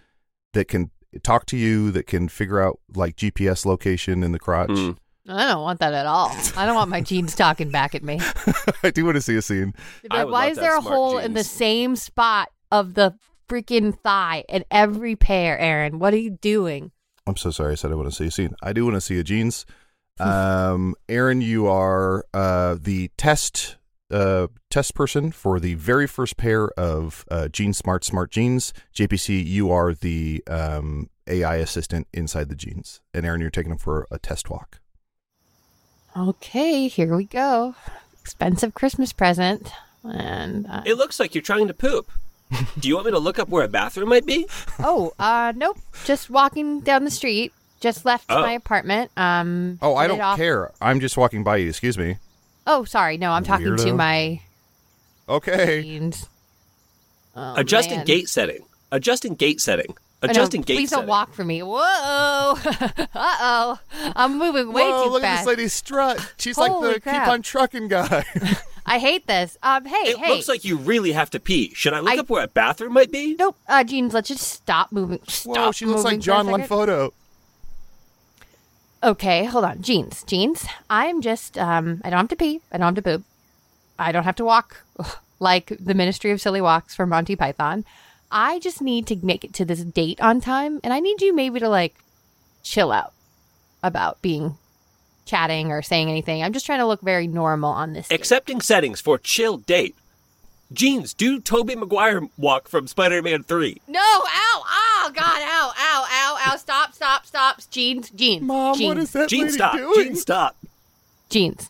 Speaker 3: that can talk to you, that can figure out like GPS location in the crotch.
Speaker 4: Mm.
Speaker 2: I don't want that at all. I don't want my jeans talking back at me.
Speaker 3: <laughs> I do want to see a scene.
Speaker 4: I
Speaker 2: But
Speaker 4: would
Speaker 2: why
Speaker 4: love
Speaker 2: is
Speaker 4: to
Speaker 2: there a
Speaker 4: have smart
Speaker 2: hole in the
Speaker 4: jeans.
Speaker 2: same spot of the freaking thigh in every pair, Aaron? What are you doing?
Speaker 3: I'm so sorry. I said I want to see a scene. I do want to see a <laughs> jeans. Um, Aaron, you are uh, the test uh, test person for the very first pair of uh, Jean Smart Smart Jeans. JPC, you are the um, AI assistant inside the jeans, and Aaron, you're taking them for a test walk.
Speaker 2: Okay, here we go. Expensive Christmas present. And uh,
Speaker 4: It looks like you're trying to poop. Do you want me to look up where a bathroom might be?
Speaker 2: oh, uh, nope. Just walking down the street. Just left
Speaker 4: Oh.
Speaker 2: my apartment. Um,
Speaker 3: Oh, I
Speaker 2: headed
Speaker 3: don't
Speaker 2: off-
Speaker 3: care. I'm just walking by you. Excuse me.
Speaker 2: Oh, sorry. No, I'm talking to
Speaker 3: Weirdo.
Speaker 2: my
Speaker 3: Okay.
Speaker 2: jeans. <laughs> Oh,
Speaker 4: Adjusting
Speaker 2: man.
Speaker 4: gate setting. Adjusting gate setting.
Speaker 2: Oh, no,
Speaker 4: Adjusting gate
Speaker 2: Please
Speaker 4: setting.
Speaker 2: don't walk for me. Whoa. <laughs> uh oh. I'm moving way
Speaker 3: Whoa,
Speaker 2: too
Speaker 3: look
Speaker 2: fast.
Speaker 3: at this lady strut. She's
Speaker 2: Holy
Speaker 3: like the
Speaker 2: crap.
Speaker 3: keep on trucking guy. <laughs>
Speaker 2: I hate this. Um, hey,
Speaker 4: It
Speaker 2: hey.
Speaker 4: looks like you really have to pee. Should I look
Speaker 2: I-
Speaker 4: up where a bathroom might be?
Speaker 2: Nope, uh, jeans. Let's just stop moving. Stop
Speaker 3: Whoa, she looks
Speaker 2: moving
Speaker 3: like
Speaker 2: for a
Speaker 3: John
Speaker 2: second.
Speaker 3: Lanfoto.
Speaker 2: Okay, hold on. Jeans, jeans. I'm just. Um, I don't have to pee. I don't have to poop. I don't have to walk <laughs> like the Ministry of Silly Walks from Monty Python. I just need to make it to this date on time, and I need you maybe to like chill out about being chatting or saying anything. I'm just trying to look very normal on this. date.
Speaker 4: Accepting settings for chill date. Jeans, do Toby Maguire walk from Spider Man 3.
Speaker 2: no, ow, oh God, ow, ow, ow, ow, stop, stop, stop. Jeans, jeans.
Speaker 3: Mom,
Speaker 2: jeans,
Speaker 3: what is that
Speaker 4: Jeans,
Speaker 3: lady
Speaker 4: stop.
Speaker 3: doing?
Speaker 4: Jeans, stop.
Speaker 2: Jeans.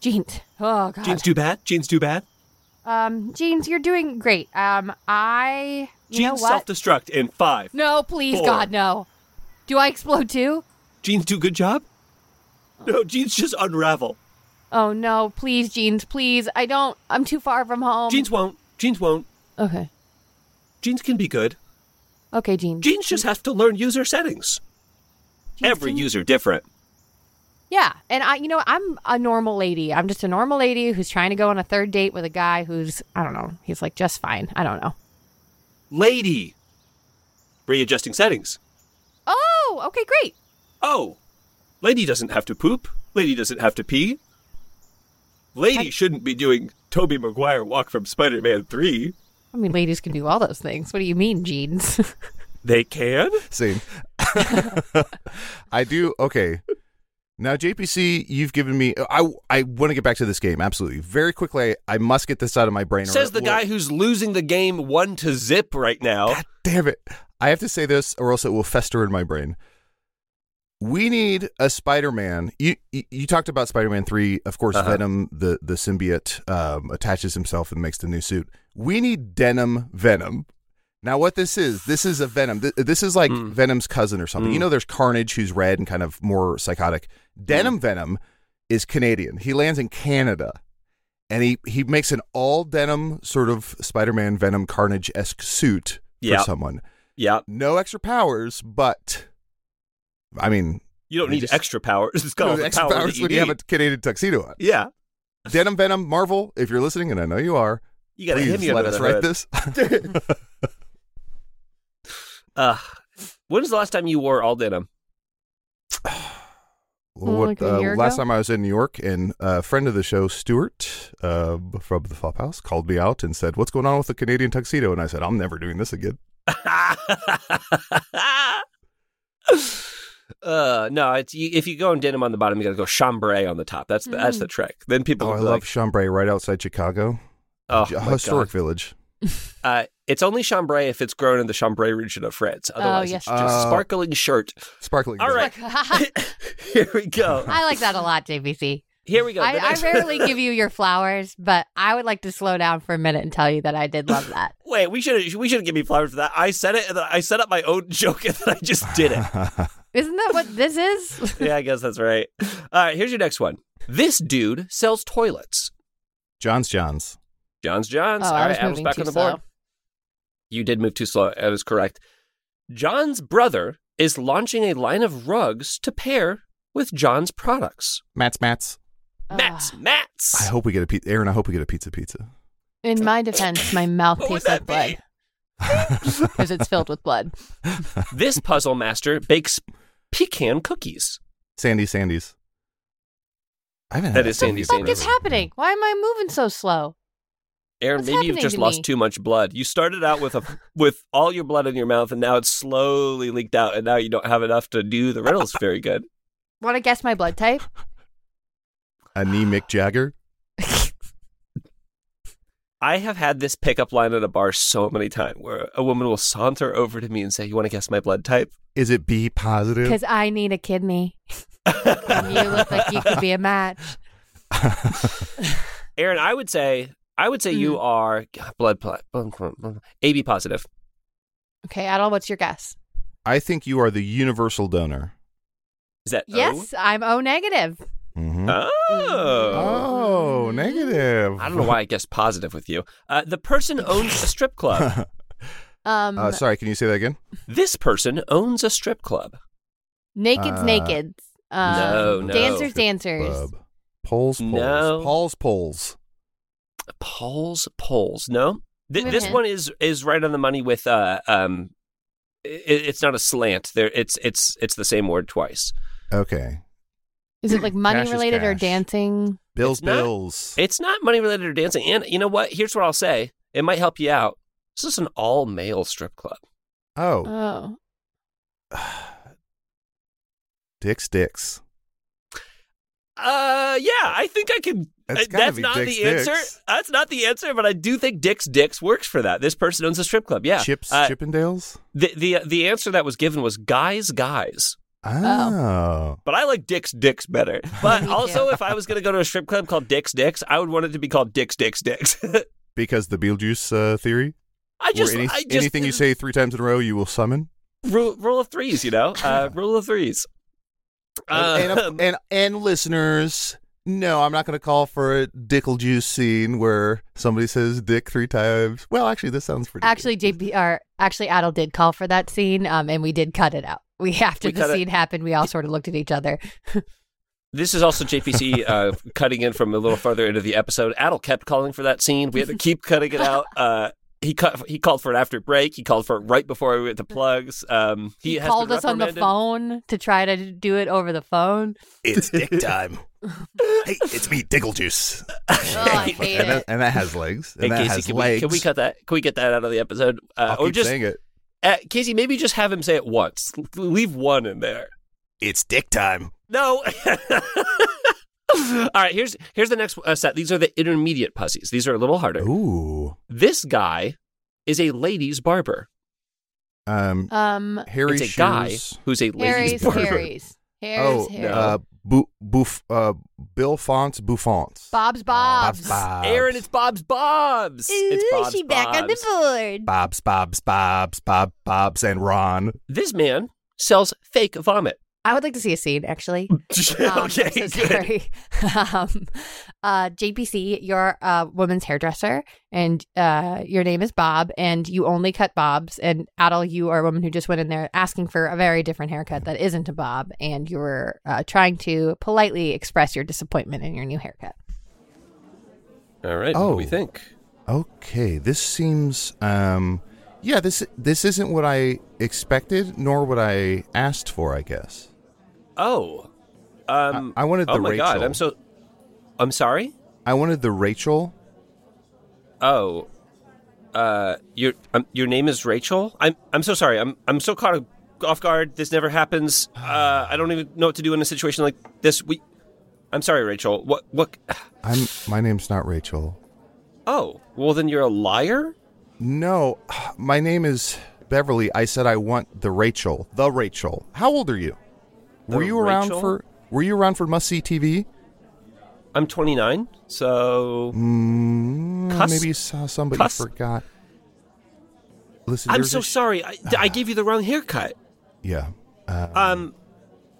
Speaker 2: Jeans. Oh God.
Speaker 4: Jeans, too bad. Jeans, too bad.
Speaker 2: Um, jeans, you're doing great. Um, I. You know
Speaker 4: Jeans,
Speaker 2: what?
Speaker 4: self destruct in five.
Speaker 2: no, please,
Speaker 4: Four.
Speaker 2: God, no. Do I explode too?
Speaker 4: Jeans, do good job. No, jeans just unravel.
Speaker 2: Oh no, please, jeans, please. I don't. I'm too far from home.
Speaker 4: Jeans won't. Jeans won't.
Speaker 2: Okay.
Speaker 4: Jeans can be good.
Speaker 2: Okay, jeans.
Speaker 4: Jeans just have to learn user settings. Every user different.
Speaker 2: Yeah, and I, you know, I'm a normal lady. I'm just a normal lady who's trying to go on a third date with a guy who's, I don't know, he's like just fine. I don't know.
Speaker 4: Lady. Readjusting settings.
Speaker 2: Oh, okay, great.
Speaker 4: Oh, lady doesn't have to poop. Lady doesn't have to pee. Lady shouldn't be doing Toby Maguire walk from Spider-Man 3.
Speaker 2: I mean, ladies can do all those things. What do you mean, jeans? <laughs>
Speaker 4: They can?
Speaker 3: Same. I do. Okay. Now, JPC, you've given me. I, I want to get back to this game. Absolutely. Very quickly, I, I must get this out of my brain. or
Speaker 4: Says
Speaker 3: it
Speaker 4: the
Speaker 3: will-
Speaker 4: guy who's losing the game 1 to zip right now.
Speaker 3: God damn it. I have to say this or else it will fester in my brain. We need a Spider-Man. You you, you talked about Spider-Man 3, of course
Speaker 4: Uh-huh.
Speaker 3: Venom the the symbiote um, attaches himself and makes the new suit. We need Denim Venom. Now what this is, this is a Venom. Th- This is like Venom's cousin or something. You know there's Carnage who's red and kind of more psychotic. Denim Venom is Canadian. He lands in Canada and he he makes an all denim sort of Spider-Man Venom Carnage esque suit
Speaker 4: Yeah.
Speaker 3: for someone.
Speaker 4: Yeah.
Speaker 3: No extra powers, but I mean,
Speaker 4: You don't
Speaker 3: They
Speaker 4: need
Speaker 3: just-
Speaker 4: extra powers. <laughs> It's got
Speaker 3: no <laughs>
Speaker 4: all the
Speaker 3: extra
Speaker 4: power that
Speaker 3: powers
Speaker 4: you
Speaker 3: when you have a
Speaker 4: need.
Speaker 3: Canadian tuxedo
Speaker 4: <laughs>
Speaker 3: on.
Speaker 4: Yeah.
Speaker 3: denim Venom Marvel, if you're listening, and I know you are,
Speaker 4: You got to hit
Speaker 3: please
Speaker 4: me
Speaker 3: let
Speaker 4: under
Speaker 3: us
Speaker 4: the
Speaker 3: write
Speaker 4: hood.
Speaker 3: this. <laughs>
Speaker 4: <laughs> Uh, when was the last time you wore all denim? <laughs>
Speaker 3: Well,
Speaker 2: Like
Speaker 3: what,
Speaker 2: a
Speaker 3: uh,
Speaker 2: year
Speaker 3: last
Speaker 2: ago?
Speaker 3: time I was in New York, and a friend of the show, Stuart uh, from the Flop House, called me out and said, "What's going on with the Canadian tuxedo?" And I said, "I'm never doing this again."
Speaker 4: Uh, no, it's you, if you go in denim on the bottom, you got to go chambray on the top. That's the, that's
Speaker 2: Mm.
Speaker 4: the trick. Then people
Speaker 3: Oh,
Speaker 4: will
Speaker 3: I
Speaker 4: be
Speaker 3: love
Speaker 4: like,
Speaker 3: Chambray right outside Chicago,
Speaker 4: oh,
Speaker 3: a
Speaker 4: my
Speaker 3: historic
Speaker 4: God.
Speaker 3: village.
Speaker 4: Uh, it's only chambray if it's grown in the chambray region of France. Otherwise,
Speaker 2: Oh, yes.
Speaker 4: it's just
Speaker 3: Uh,
Speaker 4: sparkling shirt. <laughs>
Speaker 3: Sparkling.
Speaker 4: All
Speaker 3: village.
Speaker 4: right, here we go.
Speaker 2: <laughs> I like that a lot, JBC.
Speaker 4: Here we go. The
Speaker 2: I, I
Speaker 4: next- <laughs>
Speaker 2: rarely give you your flowers, but I would like to slow down for a minute and tell you that I did love that.
Speaker 4: Wait, we should we should give me flowers for that. I said it, and then I set up my own joke, <laughs> and then I just did it.
Speaker 2: Isn't that what this
Speaker 4: <laughs>
Speaker 2: is?
Speaker 4: yeah, I guess that's right. All right, here's your next one. This dude sells toilets.
Speaker 3: <laughs> John's John's.
Speaker 4: John's John's.
Speaker 2: Oh, I
Speaker 4: All right,
Speaker 2: was
Speaker 4: Adam's
Speaker 2: moving
Speaker 4: back
Speaker 2: too
Speaker 4: on the board.
Speaker 2: slow.
Speaker 4: You did move too slow. That is correct. John's brother is launching a line of rugs to pair with John's products.
Speaker 3: Matt's Matt's.
Speaker 2: Ah.
Speaker 4: Mats,
Speaker 3: I
Speaker 4: mats.
Speaker 3: hope we get a pizza. Aaron, I hope we get a pizza pizza.
Speaker 2: In my defense, my mouth
Speaker 4: What would
Speaker 2: tastes like
Speaker 4: that be?
Speaker 2: blood because it's filled with blood.
Speaker 3: <laughs>
Speaker 4: this puzzle master bakes pecan cookies.
Speaker 3: Sandy Sandy's. I haven't had
Speaker 4: That is
Speaker 3: cookie
Speaker 4: Sandy
Speaker 3: in
Speaker 2: What the fuck
Speaker 4: Sandy's.
Speaker 2: is
Speaker 3: forever.
Speaker 2: happening? Why am I moving so slow?
Speaker 4: Aaron,
Speaker 2: What's
Speaker 4: maybe you've
Speaker 2: happening
Speaker 4: just
Speaker 2: to
Speaker 4: lost
Speaker 2: me?
Speaker 4: too much blood. You started out with a with all your blood in your mouth, and now it's slowly leaked out, and now you don't have enough to do the riddles very good.
Speaker 2: Want to guess my blood type?
Speaker 3: Anemic Jagger.
Speaker 4: I have had this pickup line at a bar so many times where a woman will saunter over to me and say, You want to guess my blood type?
Speaker 3: Is it B positive?
Speaker 2: Because I need a kidney. and you look like you could be a match.
Speaker 4: Aaron, I would say, I would say you are God, blood, pl- blood, blood, blood- AB positive.
Speaker 2: Okay, Adel, what's your guess?
Speaker 3: I think you are the universal donor.
Speaker 4: Is that O?
Speaker 2: Yes, I'm O negative.
Speaker 3: Mm-hmm.
Speaker 4: Oh.
Speaker 3: oh, negative.
Speaker 4: I don't know why I guessed positive with you. Uh, the person owns a
Speaker 3: <laughs>
Speaker 4: strip club.
Speaker 2: Um,
Speaker 3: Uh, sorry, can you say that again?
Speaker 4: this person owns a strip club.
Speaker 2: naked's
Speaker 3: uh,
Speaker 2: naked. Um,
Speaker 4: no, no.
Speaker 2: Dancers, dancers.
Speaker 3: Bub. Polls, polls.
Speaker 4: No.
Speaker 3: Paul's polls.
Speaker 4: Polls, polls. No, Th-
Speaker 2: Wait a
Speaker 4: this
Speaker 2: minute.
Speaker 4: one is is right on the money with uh um. i- It's not a slant. There, it's it's it's the same word twice.
Speaker 3: Okay.
Speaker 2: Is it like money
Speaker 3: Cash is
Speaker 2: related or
Speaker 3: cash.
Speaker 2: dancing?
Speaker 3: Bill's
Speaker 4: It's not-
Speaker 3: bills.
Speaker 4: It's not money related or dancing. And you know what? Here's what I'll say. It might help you out. This is an all male strip club.
Speaker 3: oh,
Speaker 4: Uh,
Speaker 2: Oh,
Speaker 3: Dick's Dicks.
Speaker 4: Uh, yeah, I think I can.
Speaker 3: That's
Speaker 4: uh,
Speaker 3: gotta
Speaker 4: that's
Speaker 3: be
Speaker 4: not
Speaker 3: Dick's
Speaker 4: the answer.
Speaker 3: Dicks.
Speaker 4: That's not the answer, but I do think Dick's Dicks works for that. This person owns a strip club. Yeah,
Speaker 3: Chips,
Speaker 4: Uh,
Speaker 3: Chippendales.
Speaker 4: the the uh, the answer that was given was guys, guys.
Speaker 3: Oh.
Speaker 4: But I like Dick's Dicks
Speaker 3: <laughs>
Speaker 4: better. But
Speaker 2: Me
Speaker 4: also, if I was going to go to a strip club called Dick's Dicks, I would want it to be called Dick's Dicks Dicks. <laughs>
Speaker 3: Because the Beetlejuice uh, theory,
Speaker 4: I just,
Speaker 3: where any-
Speaker 4: I just
Speaker 3: anything you say three times in a row, you will summon.
Speaker 4: rule, rule of threes,
Speaker 3: <laughs>
Speaker 4: you know, uh, rule of threes.
Speaker 3: And- and,
Speaker 4: Um,
Speaker 3: and and listeners, no, I'm not going to call for a dickle juice scene where somebody says dick three times. Well, actually, this sounds pretty.
Speaker 2: Actually, JP or actually Adel did call for that scene, um, and we did cut it out. We <laughs> after
Speaker 4: We
Speaker 2: the
Speaker 4: cut it-
Speaker 2: scene happened, we all sort of looked at each other.
Speaker 4: This is
Speaker 3: <laughs>
Speaker 4: also JPC uh, cutting in from a little further into the episode. Adel kept calling for that scene. We had to keep cutting it out. Uh, he cut, he called for it after break. He called for it right before we went to plugs. Um, he,
Speaker 2: He,
Speaker 4: has
Speaker 2: called
Speaker 4: been
Speaker 2: us on the
Speaker 4: reprimanded.
Speaker 2: phone to try to do it over the
Speaker 3: <laughs>
Speaker 2: phone.
Speaker 3: It's dick
Speaker 4: <laughs>
Speaker 3: time. hey, it's me, dickle juice.
Speaker 2: Oh, I hate
Speaker 3: and,
Speaker 2: it.
Speaker 3: That, and that has legs. And
Speaker 4: Hey,
Speaker 3: that
Speaker 4: Casey,
Speaker 3: has
Speaker 4: can,
Speaker 3: legs.
Speaker 4: We, can we cut that? Can we get that out of the episode? Uh,
Speaker 3: I'll
Speaker 4: or
Speaker 3: keep
Speaker 4: just
Speaker 3: saying it.
Speaker 4: uh, Casey, maybe just have him say it once. L- leave one in there.
Speaker 3: It's dick time.
Speaker 4: No. <laughs> All right. Here's here's the next uh, set. These are the intermediate pussies. These are a little harder.
Speaker 3: Ooh.
Speaker 4: This guy is a ladies barber.
Speaker 3: Um,
Speaker 2: Um,
Speaker 3: hairy
Speaker 4: it's a
Speaker 3: shoes.
Speaker 4: guy who's a ladies
Speaker 2: Harry's
Speaker 4: barber.
Speaker 2: Harry's. Harry's
Speaker 3: oh,
Speaker 2: Harry's.
Speaker 3: uh, bu- buff, uh, Bill Fonts, Bouffants.
Speaker 2: Bob's Bob's.
Speaker 3: Bob's.
Speaker 4: Aaron, it's Bob's Bob's. it's Bob's Bob's.
Speaker 2: board.
Speaker 3: Bob's, Bob's, Bob's, Bob, Bob's, and Ron.
Speaker 4: This man sells fake <laughs> vomit.
Speaker 2: I would like to see a scene actually. Um, I'm
Speaker 4: <laughs> okay,
Speaker 2: so
Speaker 4: good.
Speaker 2: sorry. <laughs> um, uh, JPC, you're a woman's hairdresser, and uh, your name is Bob, and you only cut bobs. And Adel, you are a woman who just went in there asking for a very different haircut that isn't a bob, and you're uh, trying to politely express your disappointment in your new haircut.
Speaker 4: All right. What
Speaker 3: Oh.
Speaker 4: do we think?
Speaker 3: Okay, this seems um yeah, this this isn't what I expected nor what I asked for, I guess.
Speaker 4: Oh, um,
Speaker 3: I- I wanted
Speaker 4: Oh
Speaker 3: the
Speaker 4: my god,
Speaker 3: Rachel.
Speaker 4: I'm so. I'm sorry.
Speaker 3: I wanted the Rachel.
Speaker 4: Oh, uh, your um, your name is Rachel. I'm I'm so sorry. I'm I'm so caught off guard. This never happens. Uh, I don't even know what to do in a situation like this. We, I'm sorry, Rachel. What what? <sighs>
Speaker 3: I'm my name's not Rachel.
Speaker 4: Oh, well then you're a liar.
Speaker 3: No, my name is Beverly. I said I want the Rachel. The Rachel. How old are you?
Speaker 4: The
Speaker 3: were you around
Speaker 4: Rachel?
Speaker 3: for were you around for must see TV?
Speaker 4: I'm 29, so
Speaker 3: Mm,
Speaker 4: Cuss-
Speaker 3: maybe you saw somebody
Speaker 4: cuss-
Speaker 3: forgot. Listen,
Speaker 4: I'm
Speaker 3: there's
Speaker 4: so
Speaker 3: a sh-
Speaker 4: sorry. I,
Speaker 3: Ah.
Speaker 4: I gave you the wrong haircut.
Speaker 3: Yeah. Uh,
Speaker 4: Um,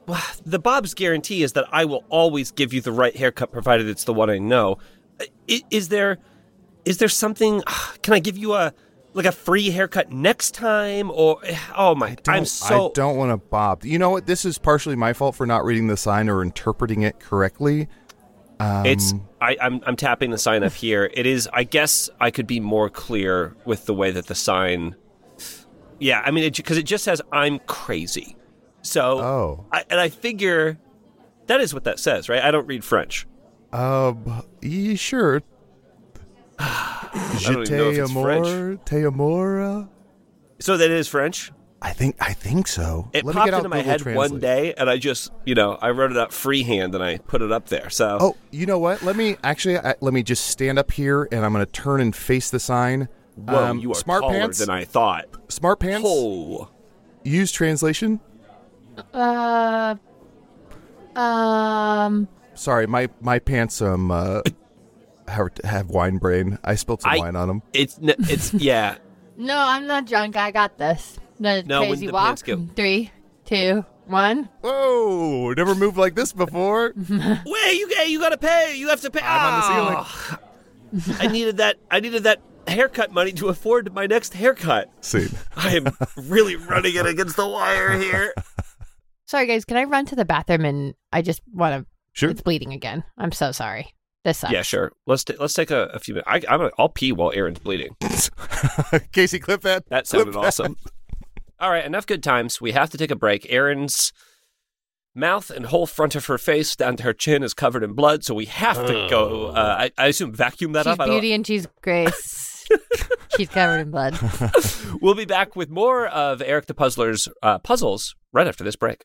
Speaker 4: well, the Bob's guarantee is that I will always give you the right haircut, provided it's the one I know. Is, is there, is there something? <sighs> Can I give you a like a free haircut next time? Or <sighs> oh my,
Speaker 3: don't-
Speaker 4: I'm so
Speaker 3: I don't want to bob. You know what? This is partially my fault for not reading the sign or interpreting it correctly.
Speaker 4: it's
Speaker 3: Um,
Speaker 4: I, I'm I'm tapping the sign up here. It is. I guess I could be more clear with the way that the sign. Yeah, I mean, because it, just says I'm crazy. So,
Speaker 3: Oh.
Speaker 4: I, and I figure that is what that says, right? I don't read French.
Speaker 3: Um, yeah, sure. Je
Speaker 4: don't even know if
Speaker 3: t'ai
Speaker 4: it's French.
Speaker 3: amour, t'ai amour.
Speaker 4: So that is French.
Speaker 3: I think I think so.
Speaker 4: It
Speaker 3: Let me
Speaker 4: popped
Speaker 3: get out
Speaker 4: into my
Speaker 3: Google
Speaker 4: head
Speaker 3: Translate.
Speaker 4: one day, and I just, you know, I wrote it up freehand and I put it up there. So,
Speaker 3: Oh, you know what? Let me actually I, let me just stand up here and I'm going to turn and face the sign.
Speaker 4: whoa,
Speaker 3: Um,
Speaker 4: you are
Speaker 3: smart
Speaker 4: taller
Speaker 3: pants.
Speaker 4: than I thought.
Speaker 3: smart pants.
Speaker 4: Oh,
Speaker 3: Use translation.
Speaker 2: Uh, um,
Speaker 3: Sorry, my my pants um uh, have, have wine brain. I spilled some
Speaker 4: I-
Speaker 3: wine on them.
Speaker 4: it's n- it's yeah.
Speaker 2: no, I'm not drunk. I got this. The
Speaker 4: No, when
Speaker 2: crazy
Speaker 4: the
Speaker 2: walk.
Speaker 4: pants go-
Speaker 2: Three, two, one.
Speaker 4: Oh,
Speaker 3: Whoa! Never moved like this <laughs> before.
Speaker 4: Wait, you hey, you gotta pay. You have to pay.
Speaker 3: I'm on the ceiling.
Speaker 4: Ah. I needed that. I needed that haircut money to afford my next haircut.
Speaker 3: Scene.
Speaker 4: I am really running it against the wire
Speaker 3: <laughs>
Speaker 4: here.
Speaker 2: Sorry, guys. Can I run to the bathroom and I just want to?
Speaker 3: Sure. <laughs>
Speaker 2: It's bleeding again. I'm so sorry. This sucks.
Speaker 4: Yeah, sure. Let's ta- let's take a, a few minutes. I, I'm gonna, I'll pee while Aaron's bleeding.
Speaker 3: Casey, clip that.
Speaker 4: That
Speaker 3: Clip <laughs>
Speaker 4: sounded awesome. All right, enough good times. We have to take a break. Erin's mouth and whole front of her face down to her chin is covered in blood, so we have to
Speaker 3: Oh.
Speaker 4: go. Uh, I, I assume vacuum that
Speaker 2: she's
Speaker 4: up. I don't-
Speaker 2: beauty and she's
Speaker 4: <laughs>
Speaker 2: grace. she's covered in blood.
Speaker 4: We'll be back with more of Eric the Puzzler's uh, puzzles right after this break.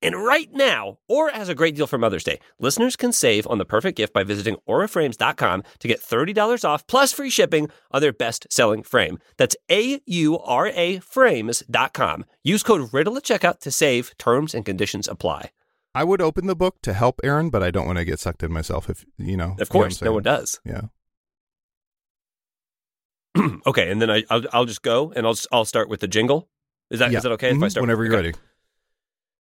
Speaker 4: And right now, Aura has a great deal for Mother's Day. Listeners can save on the perfect gift by visiting auraframes.com to get $30 off plus free shipping on their best-selling frame. That's A U R A frames.com. Use code RIDDLE at checkout to save. Terms and conditions apply.
Speaker 3: I would open the book to help Aaron, but I don't want to get sucked in myself. If you know,
Speaker 4: Of course, no one does.
Speaker 3: Yeah.
Speaker 4: okay, and then I I'll, I'll just go and I'll s- I'll start with the jingle. Is that is
Speaker 3: Yeah.
Speaker 4: that okay if I
Speaker 3: Mhm.
Speaker 4: start
Speaker 3: Whenever
Speaker 4: with-
Speaker 3: you're
Speaker 4: okay.
Speaker 3: ready.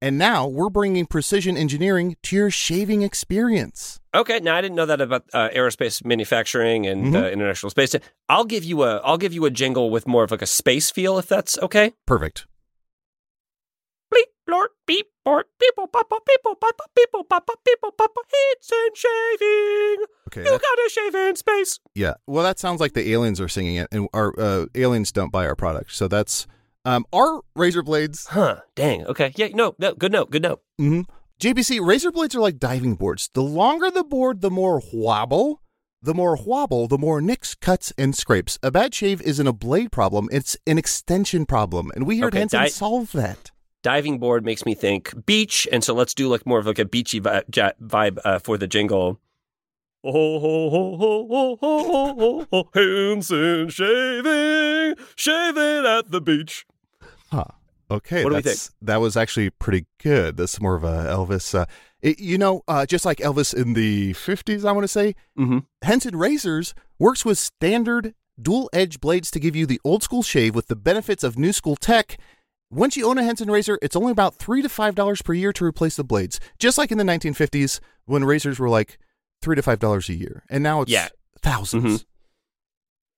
Speaker 3: And now we're bringing precision engineering to your shaving experience.
Speaker 4: Okay, now I didn't know that about uh, aerospace manufacturing and
Speaker 3: Mm-hmm.
Speaker 4: uh, international space. Sta- I'll give you a I'll give you a jingle with more of like a space feel if that's okay.
Speaker 3: Perfect.
Speaker 4: Bleep, blort, beep, bort, people, papa, people, papa, people, papa, people, papa, heats and shaving.
Speaker 3: Okay.
Speaker 4: You
Speaker 3: that-
Speaker 4: gotta shave in space.
Speaker 3: Yeah. Well, that sounds like the aliens are singing it, and our uh, aliens don't buy our product. So that's um, our razor blades.
Speaker 4: Huh, dang, okay. Yeah, no, no, good note, good note.
Speaker 3: Mm-hmm. JPC, razor blades are like diving boards. The longer the board, the more wobble. The more wobble, the more nicks, cuts, and scrapes. A bad shave isn't a blade problem, it's an extension problem. And we here
Speaker 4: Okay,
Speaker 3: at Henson
Speaker 4: di-
Speaker 3: solve that.
Speaker 4: Diving board makes me think beach, and so let's do like more of like a beachy vi- ja- vibe uh, for the jingle. Oh, ho, ho, ho, ho, ho, ho, ho, hands and shaving, shaving at the beach.
Speaker 3: Huh. Okay.
Speaker 4: What do we
Speaker 3: that's- That was actually pretty good. That's more of a Elvis. Uh, it- you know, uh, just like Elvis in the 50s, I want to say,
Speaker 4: Mm-hmm.
Speaker 3: Henson Razors works with standard dual edge blades to give you the old school shave with the benefits of new school tech. Once you own a Henson razor, it's only about three to five dollars per year to replace the blades. Just like in the 1950s when razors were like three to five dollars a year, and now it's
Speaker 4: Yeah. Mm-hmm.
Speaker 3: 1000s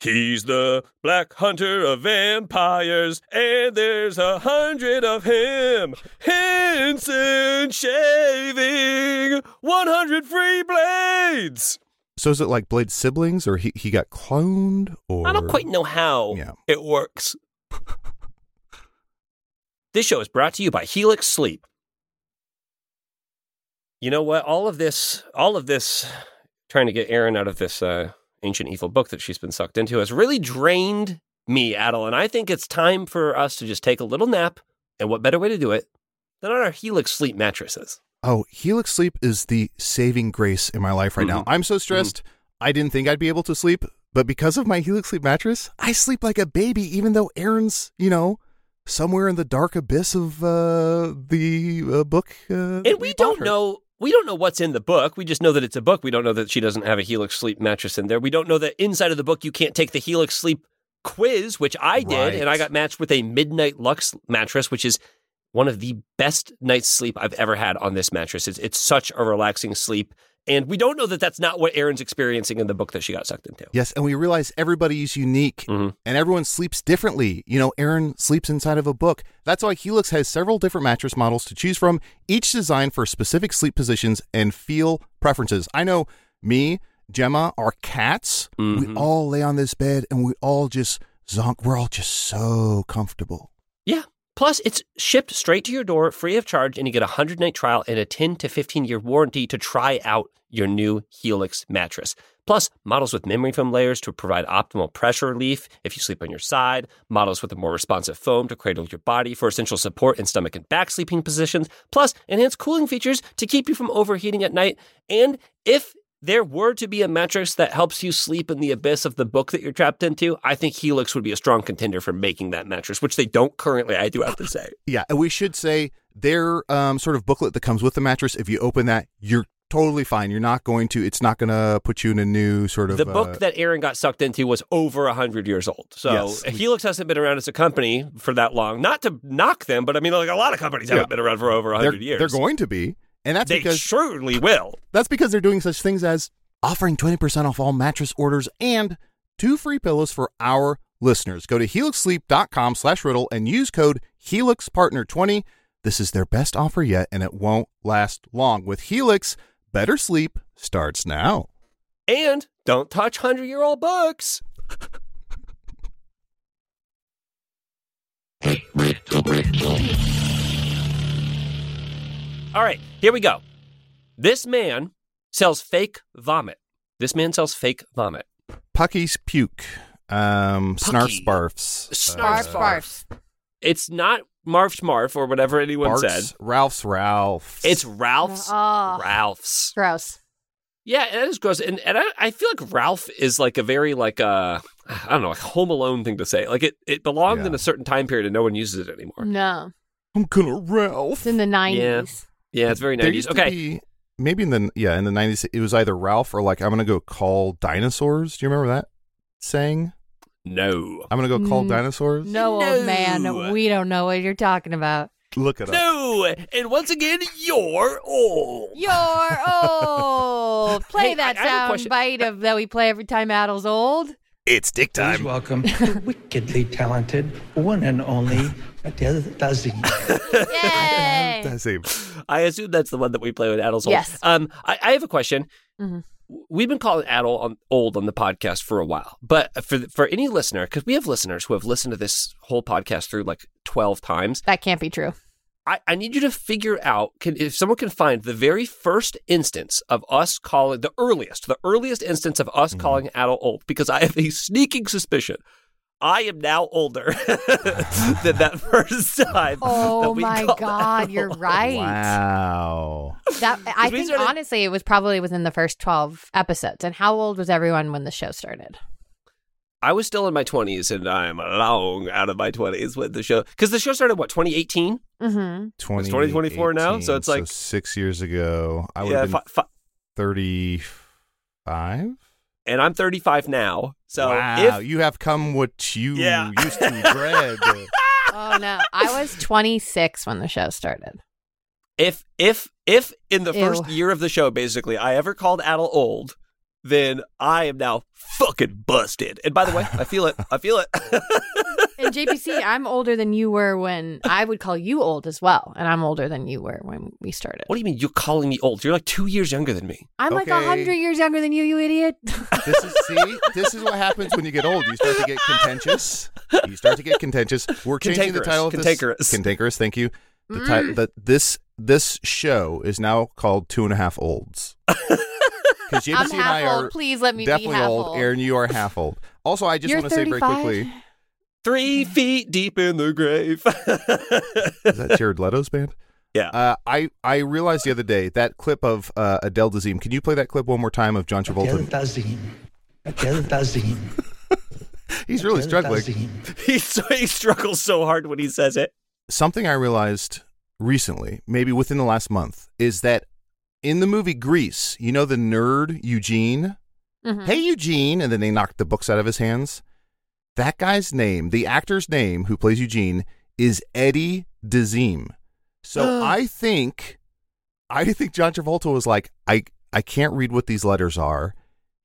Speaker 4: He's the black hunter of vampires, and there's a hundred of him. Henson shaving 100 free blades.
Speaker 3: So is it like Blade's siblings, or he, he got cloned, or
Speaker 4: I don't quite know how
Speaker 3: Yeah.
Speaker 4: it works. this show is brought to you by Helix Sleep. You know what? All of this, all of this, trying to get Erin out of this uh, ancient evil book that she's been sucked into has really drained me, Adel. And I think it's time for us to just take a little nap. And what better way to do it than on our Helix Sleep mattresses?
Speaker 3: Oh, Helix Sleep is the saving grace in my life right now.
Speaker 4: Mhm.
Speaker 3: I'm so stressed. I didn't think I'd be able to sleep, but because of my Helix Sleep mattress, I sleep like a baby, even though Aaron's, you know, somewhere in the dark abyss of uh, the uh, book. Uh, that
Speaker 4: and we
Speaker 3: bought
Speaker 4: don't
Speaker 3: her.
Speaker 4: know we don't know what's in the book we just know that it's a book we don't know that she doesn't have a helix sleep mattress in there we don't know that inside of the book you can't take the helix sleep quiz which i did
Speaker 3: Right.
Speaker 4: and i got matched with a midnight lux mattress which is one of the best night's sleep i've ever had on this mattress it's, it's such a relaxing sleep and we don't know that that's not what Erin's experiencing in the book that she got sucked into
Speaker 3: Yes, and we realize everybody's unique
Speaker 4: Mhm.
Speaker 3: and everyone sleeps differently. You know, Aaron sleeps inside of a book. That's why Helix has several different mattress models to choose from, each designed for specific sleep positions and feel preferences. I know me, Gemma, our cats,
Speaker 4: Mm-hmm.
Speaker 3: we all lay on this bed and we all just zonk. We're all just so comfortable.
Speaker 4: Yeah. Plus, it's shipped straight to your door free of charge, and you get a 100 night trial and a 10 to 15 year warranty to try out your new Helix mattress. Plus, models with memory foam layers to provide optimal pressure relief if you sleep on your side, models with a more responsive foam to cradle your body for essential support in stomach and back sleeping positions, plus, enhanced cooling features to keep you from overheating at night. And if there were to be a mattress that helps you sleep in the abyss of the book that you're trapped into, I think Helix would be a strong contender for making that mattress, which they don't currently, I do have to say.
Speaker 3: Yeah, and we should say their um, sort of booklet that comes with the mattress, if you open that, you're totally fine. You're not going to, it's not going to put you in a new <laughs> sort of.
Speaker 4: The
Speaker 3: uh,
Speaker 4: book that Aaron got sucked into was over 100 years old. So
Speaker 3: Yes.
Speaker 4: Helix hasn't been around as a company for that long. Not to knock them, but I mean, like a lot of companies
Speaker 3: Yeah.
Speaker 4: haven't been around for over 100
Speaker 3: they're,
Speaker 4: years.
Speaker 3: They're going to be, and that's
Speaker 4: They
Speaker 3: because
Speaker 4: surely will.
Speaker 3: that's because they're doing such things as offering twenty percent off all mattress orders and two free pillows for our listeners. Go to helixsleep.com slash riddle and use code HelixPartner20. This is their best offer yet, and it won't last long. With Helix, better sleep starts now.
Speaker 4: And don't touch 100 year old books. All right, here we go. This man sells fake vomit. This man sells fake vomit.
Speaker 3: Pucky's puke. Um, snarf
Speaker 4: Pucky.
Speaker 3: barfs. Uh,
Speaker 4: Snarf barfs. It's not Marf Marf or whatever anyone
Speaker 3: Barks,
Speaker 4: said.
Speaker 3: Ralph's Ralph.
Speaker 4: It's Ralph's.
Speaker 2: Oh.
Speaker 4: Ralph's.
Speaker 2: Gross.
Speaker 4: Yeah, that is gross. And and I, I feel like Ralph is like a very like uh I don't know, like home alone thing to say. Like it it belonged
Speaker 3: Yeah.
Speaker 4: in a certain time period and no one uses it anymore.
Speaker 2: No.
Speaker 3: I'm gonna Ralph.
Speaker 2: It's in the 90s.
Speaker 4: Yeah, it's very
Speaker 3: There
Speaker 4: nineties.
Speaker 3: used
Speaker 4: Okay.
Speaker 3: To be, maybe in the yeah in the nineties it was either Ralph or like I'm gonna go call dinosaurs. Do you remember that saying?
Speaker 4: No.
Speaker 3: I'm gonna go call
Speaker 2: Mm,
Speaker 3: dinosaurs.
Speaker 2: No, old
Speaker 4: No.
Speaker 2: man, we don't know what you're talking about.
Speaker 3: Look it up.
Speaker 4: No. And once again, you're old.
Speaker 2: You're
Speaker 4: <laughs>
Speaker 2: old. Play
Speaker 4: Hey, I-
Speaker 2: that
Speaker 4: I have a
Speaker 2: sound
Speaker 4: question.
Speaker 2: bite of that we play every time Adel's
Speaker 4: <laughs>
Speaker 2: old.
Speaker 3: It's dick
Speaker 5: Please
Speaker 3: <laughs>
Speaker 5: welcome the wickedly talented one and only Adele Dazing.
Speaker 2: Yay!
Speaker 3: That's it.
Speaker 4: I assume that's the one that we play with Adel's old.
Speaker 2: Yes.
Speaker 4: Um I, I have a question.
Speaker 2: Mhm.
Speaker 4: We've been calling Adel on old on the podcast for a while, but for for any listener, because we have listeners who have listened to this whole podcast through like twelve times,
Speaker 2: that can't be true.
Speaker 4: I, I need you to figure out can, if someone can find the very first instance of us calling the earliest, the earliest instance of
Speaker 3: Mm-hmm.
Speaker 4: us calling Adel old, because I have a sneaking suspicion I am now older <laughs> than that first time. <laughs> that
Speaker 2: Oh
Speaker 4: we
Speaker 2: my
Speaker 4: called
Speaker 2: God,
Speaker 4: Adel
Speaker 2: you're
Speaker 4: old.
Speaker 2: right.
Speaker 3: Wow.
Speaker 2: That I
Speaker 4: we
Speaker 2: think
Speaker 4: started-
Speaker 2: honestly, it was probably within the first twelve episodes. And how old was everyone when the show started?
Speaker 4: I was still in my 20s and I'm long out of my 20s with the show. Because the show started, what, 2018?
Speaker 2: Mm-hmm.
Speaker 3: Twenty
Speaker 4: 2024 now, so it's like-
Speaker 3: six years ago. I would have
Speaker 4: fi-
Speaker 3: been
Speaker 4: fi-
Speaker 3: thirty-five.
Speaker 4: and I'm 35 now. So
Speaker 3: wow,
Speaker 4: if.
Speaker 3: you have come what you
Speaker 4: Yeah.
Speaker 3: used to dread.
Speaker 4: <laughs>
Speaker 2: Oh no, I was twenty six when the show started.
Speaker 4: If if if in the
Speaker 2: Ew.
Speaker 4: first year of the show, basically, I ever called Adel old, then I am now fucking busted. And by the way, I feel it. I feel it. <laughs>
Speaker 2: And JPC, I'm older than you were when I would call you old as well, and I'm older than you were when we started.
Speaker 4: what do you mean you're calling me old? You're like two years younger than me.
Speaker 2: I'm like
Speaker 3: Okay.
Speaker 2: a hundred years younger than you, you idiot.
Speaker 3: This is see, this is what happens when you get old. You start to get contentious. You start to get contentious. We're changing the
Speaker 4: Cantankerous.
Speaker 3: title of this-
Speaker 4: Cantankerous.
Speaker 3: Cantankerous. Thank you. The ti-
Speaker 2: Mm.
Speaker 3: the, this this show is now called Two and a Half
Speaker 2: <laughs>
Speaker 3: Olds. Because
Speaker 2: I'm
Speaker 3: JPC and I
Speaker 2: half
Speaker 3: are
Speaker 2: old. Please let me
Speaker 3: definitely
Speaker 2: be half
Speaker 3: old. Aaron, you are half old. Also, I just
Speaker 2: You're
Speaker 3: want to say very
Speaker 2: 35?
Speaker 3: quickly:
Speaker 4: Three feet deep in the grave. <laughs>
Speaker 3: is that Jared Leto's band?
Speaker 4: yeah.
Speaker 3: Uh, I I realized the other day that clip of uh, Adele Dazeem. Can you play that clip one more time of John
Speaker 5: Adele
Speaker 3: Travolta?
Speaker 5: Dazim. Adele Dazim.
Speaker 3: <laughs> He's really
Speaker 5: Adele
Speaker 3: struggling.
Speaker 5: Dazim.
Speaker 4: <laughs> he, so, he struggles so hard when he says it.
Speaker 3: something I realized recently, maybe within the last month, is that in the movie Grease, you know the nerd Eugene?
Speaker 2: Mm-hmm.
Speaker 3: Hey, Eugene. And then they knocked the books out of his hands. That guy's name, the actor's name who plays Eugene, is Eddie Dazim. So I think, I think John Travolta was like, I, I can't read what these letters are.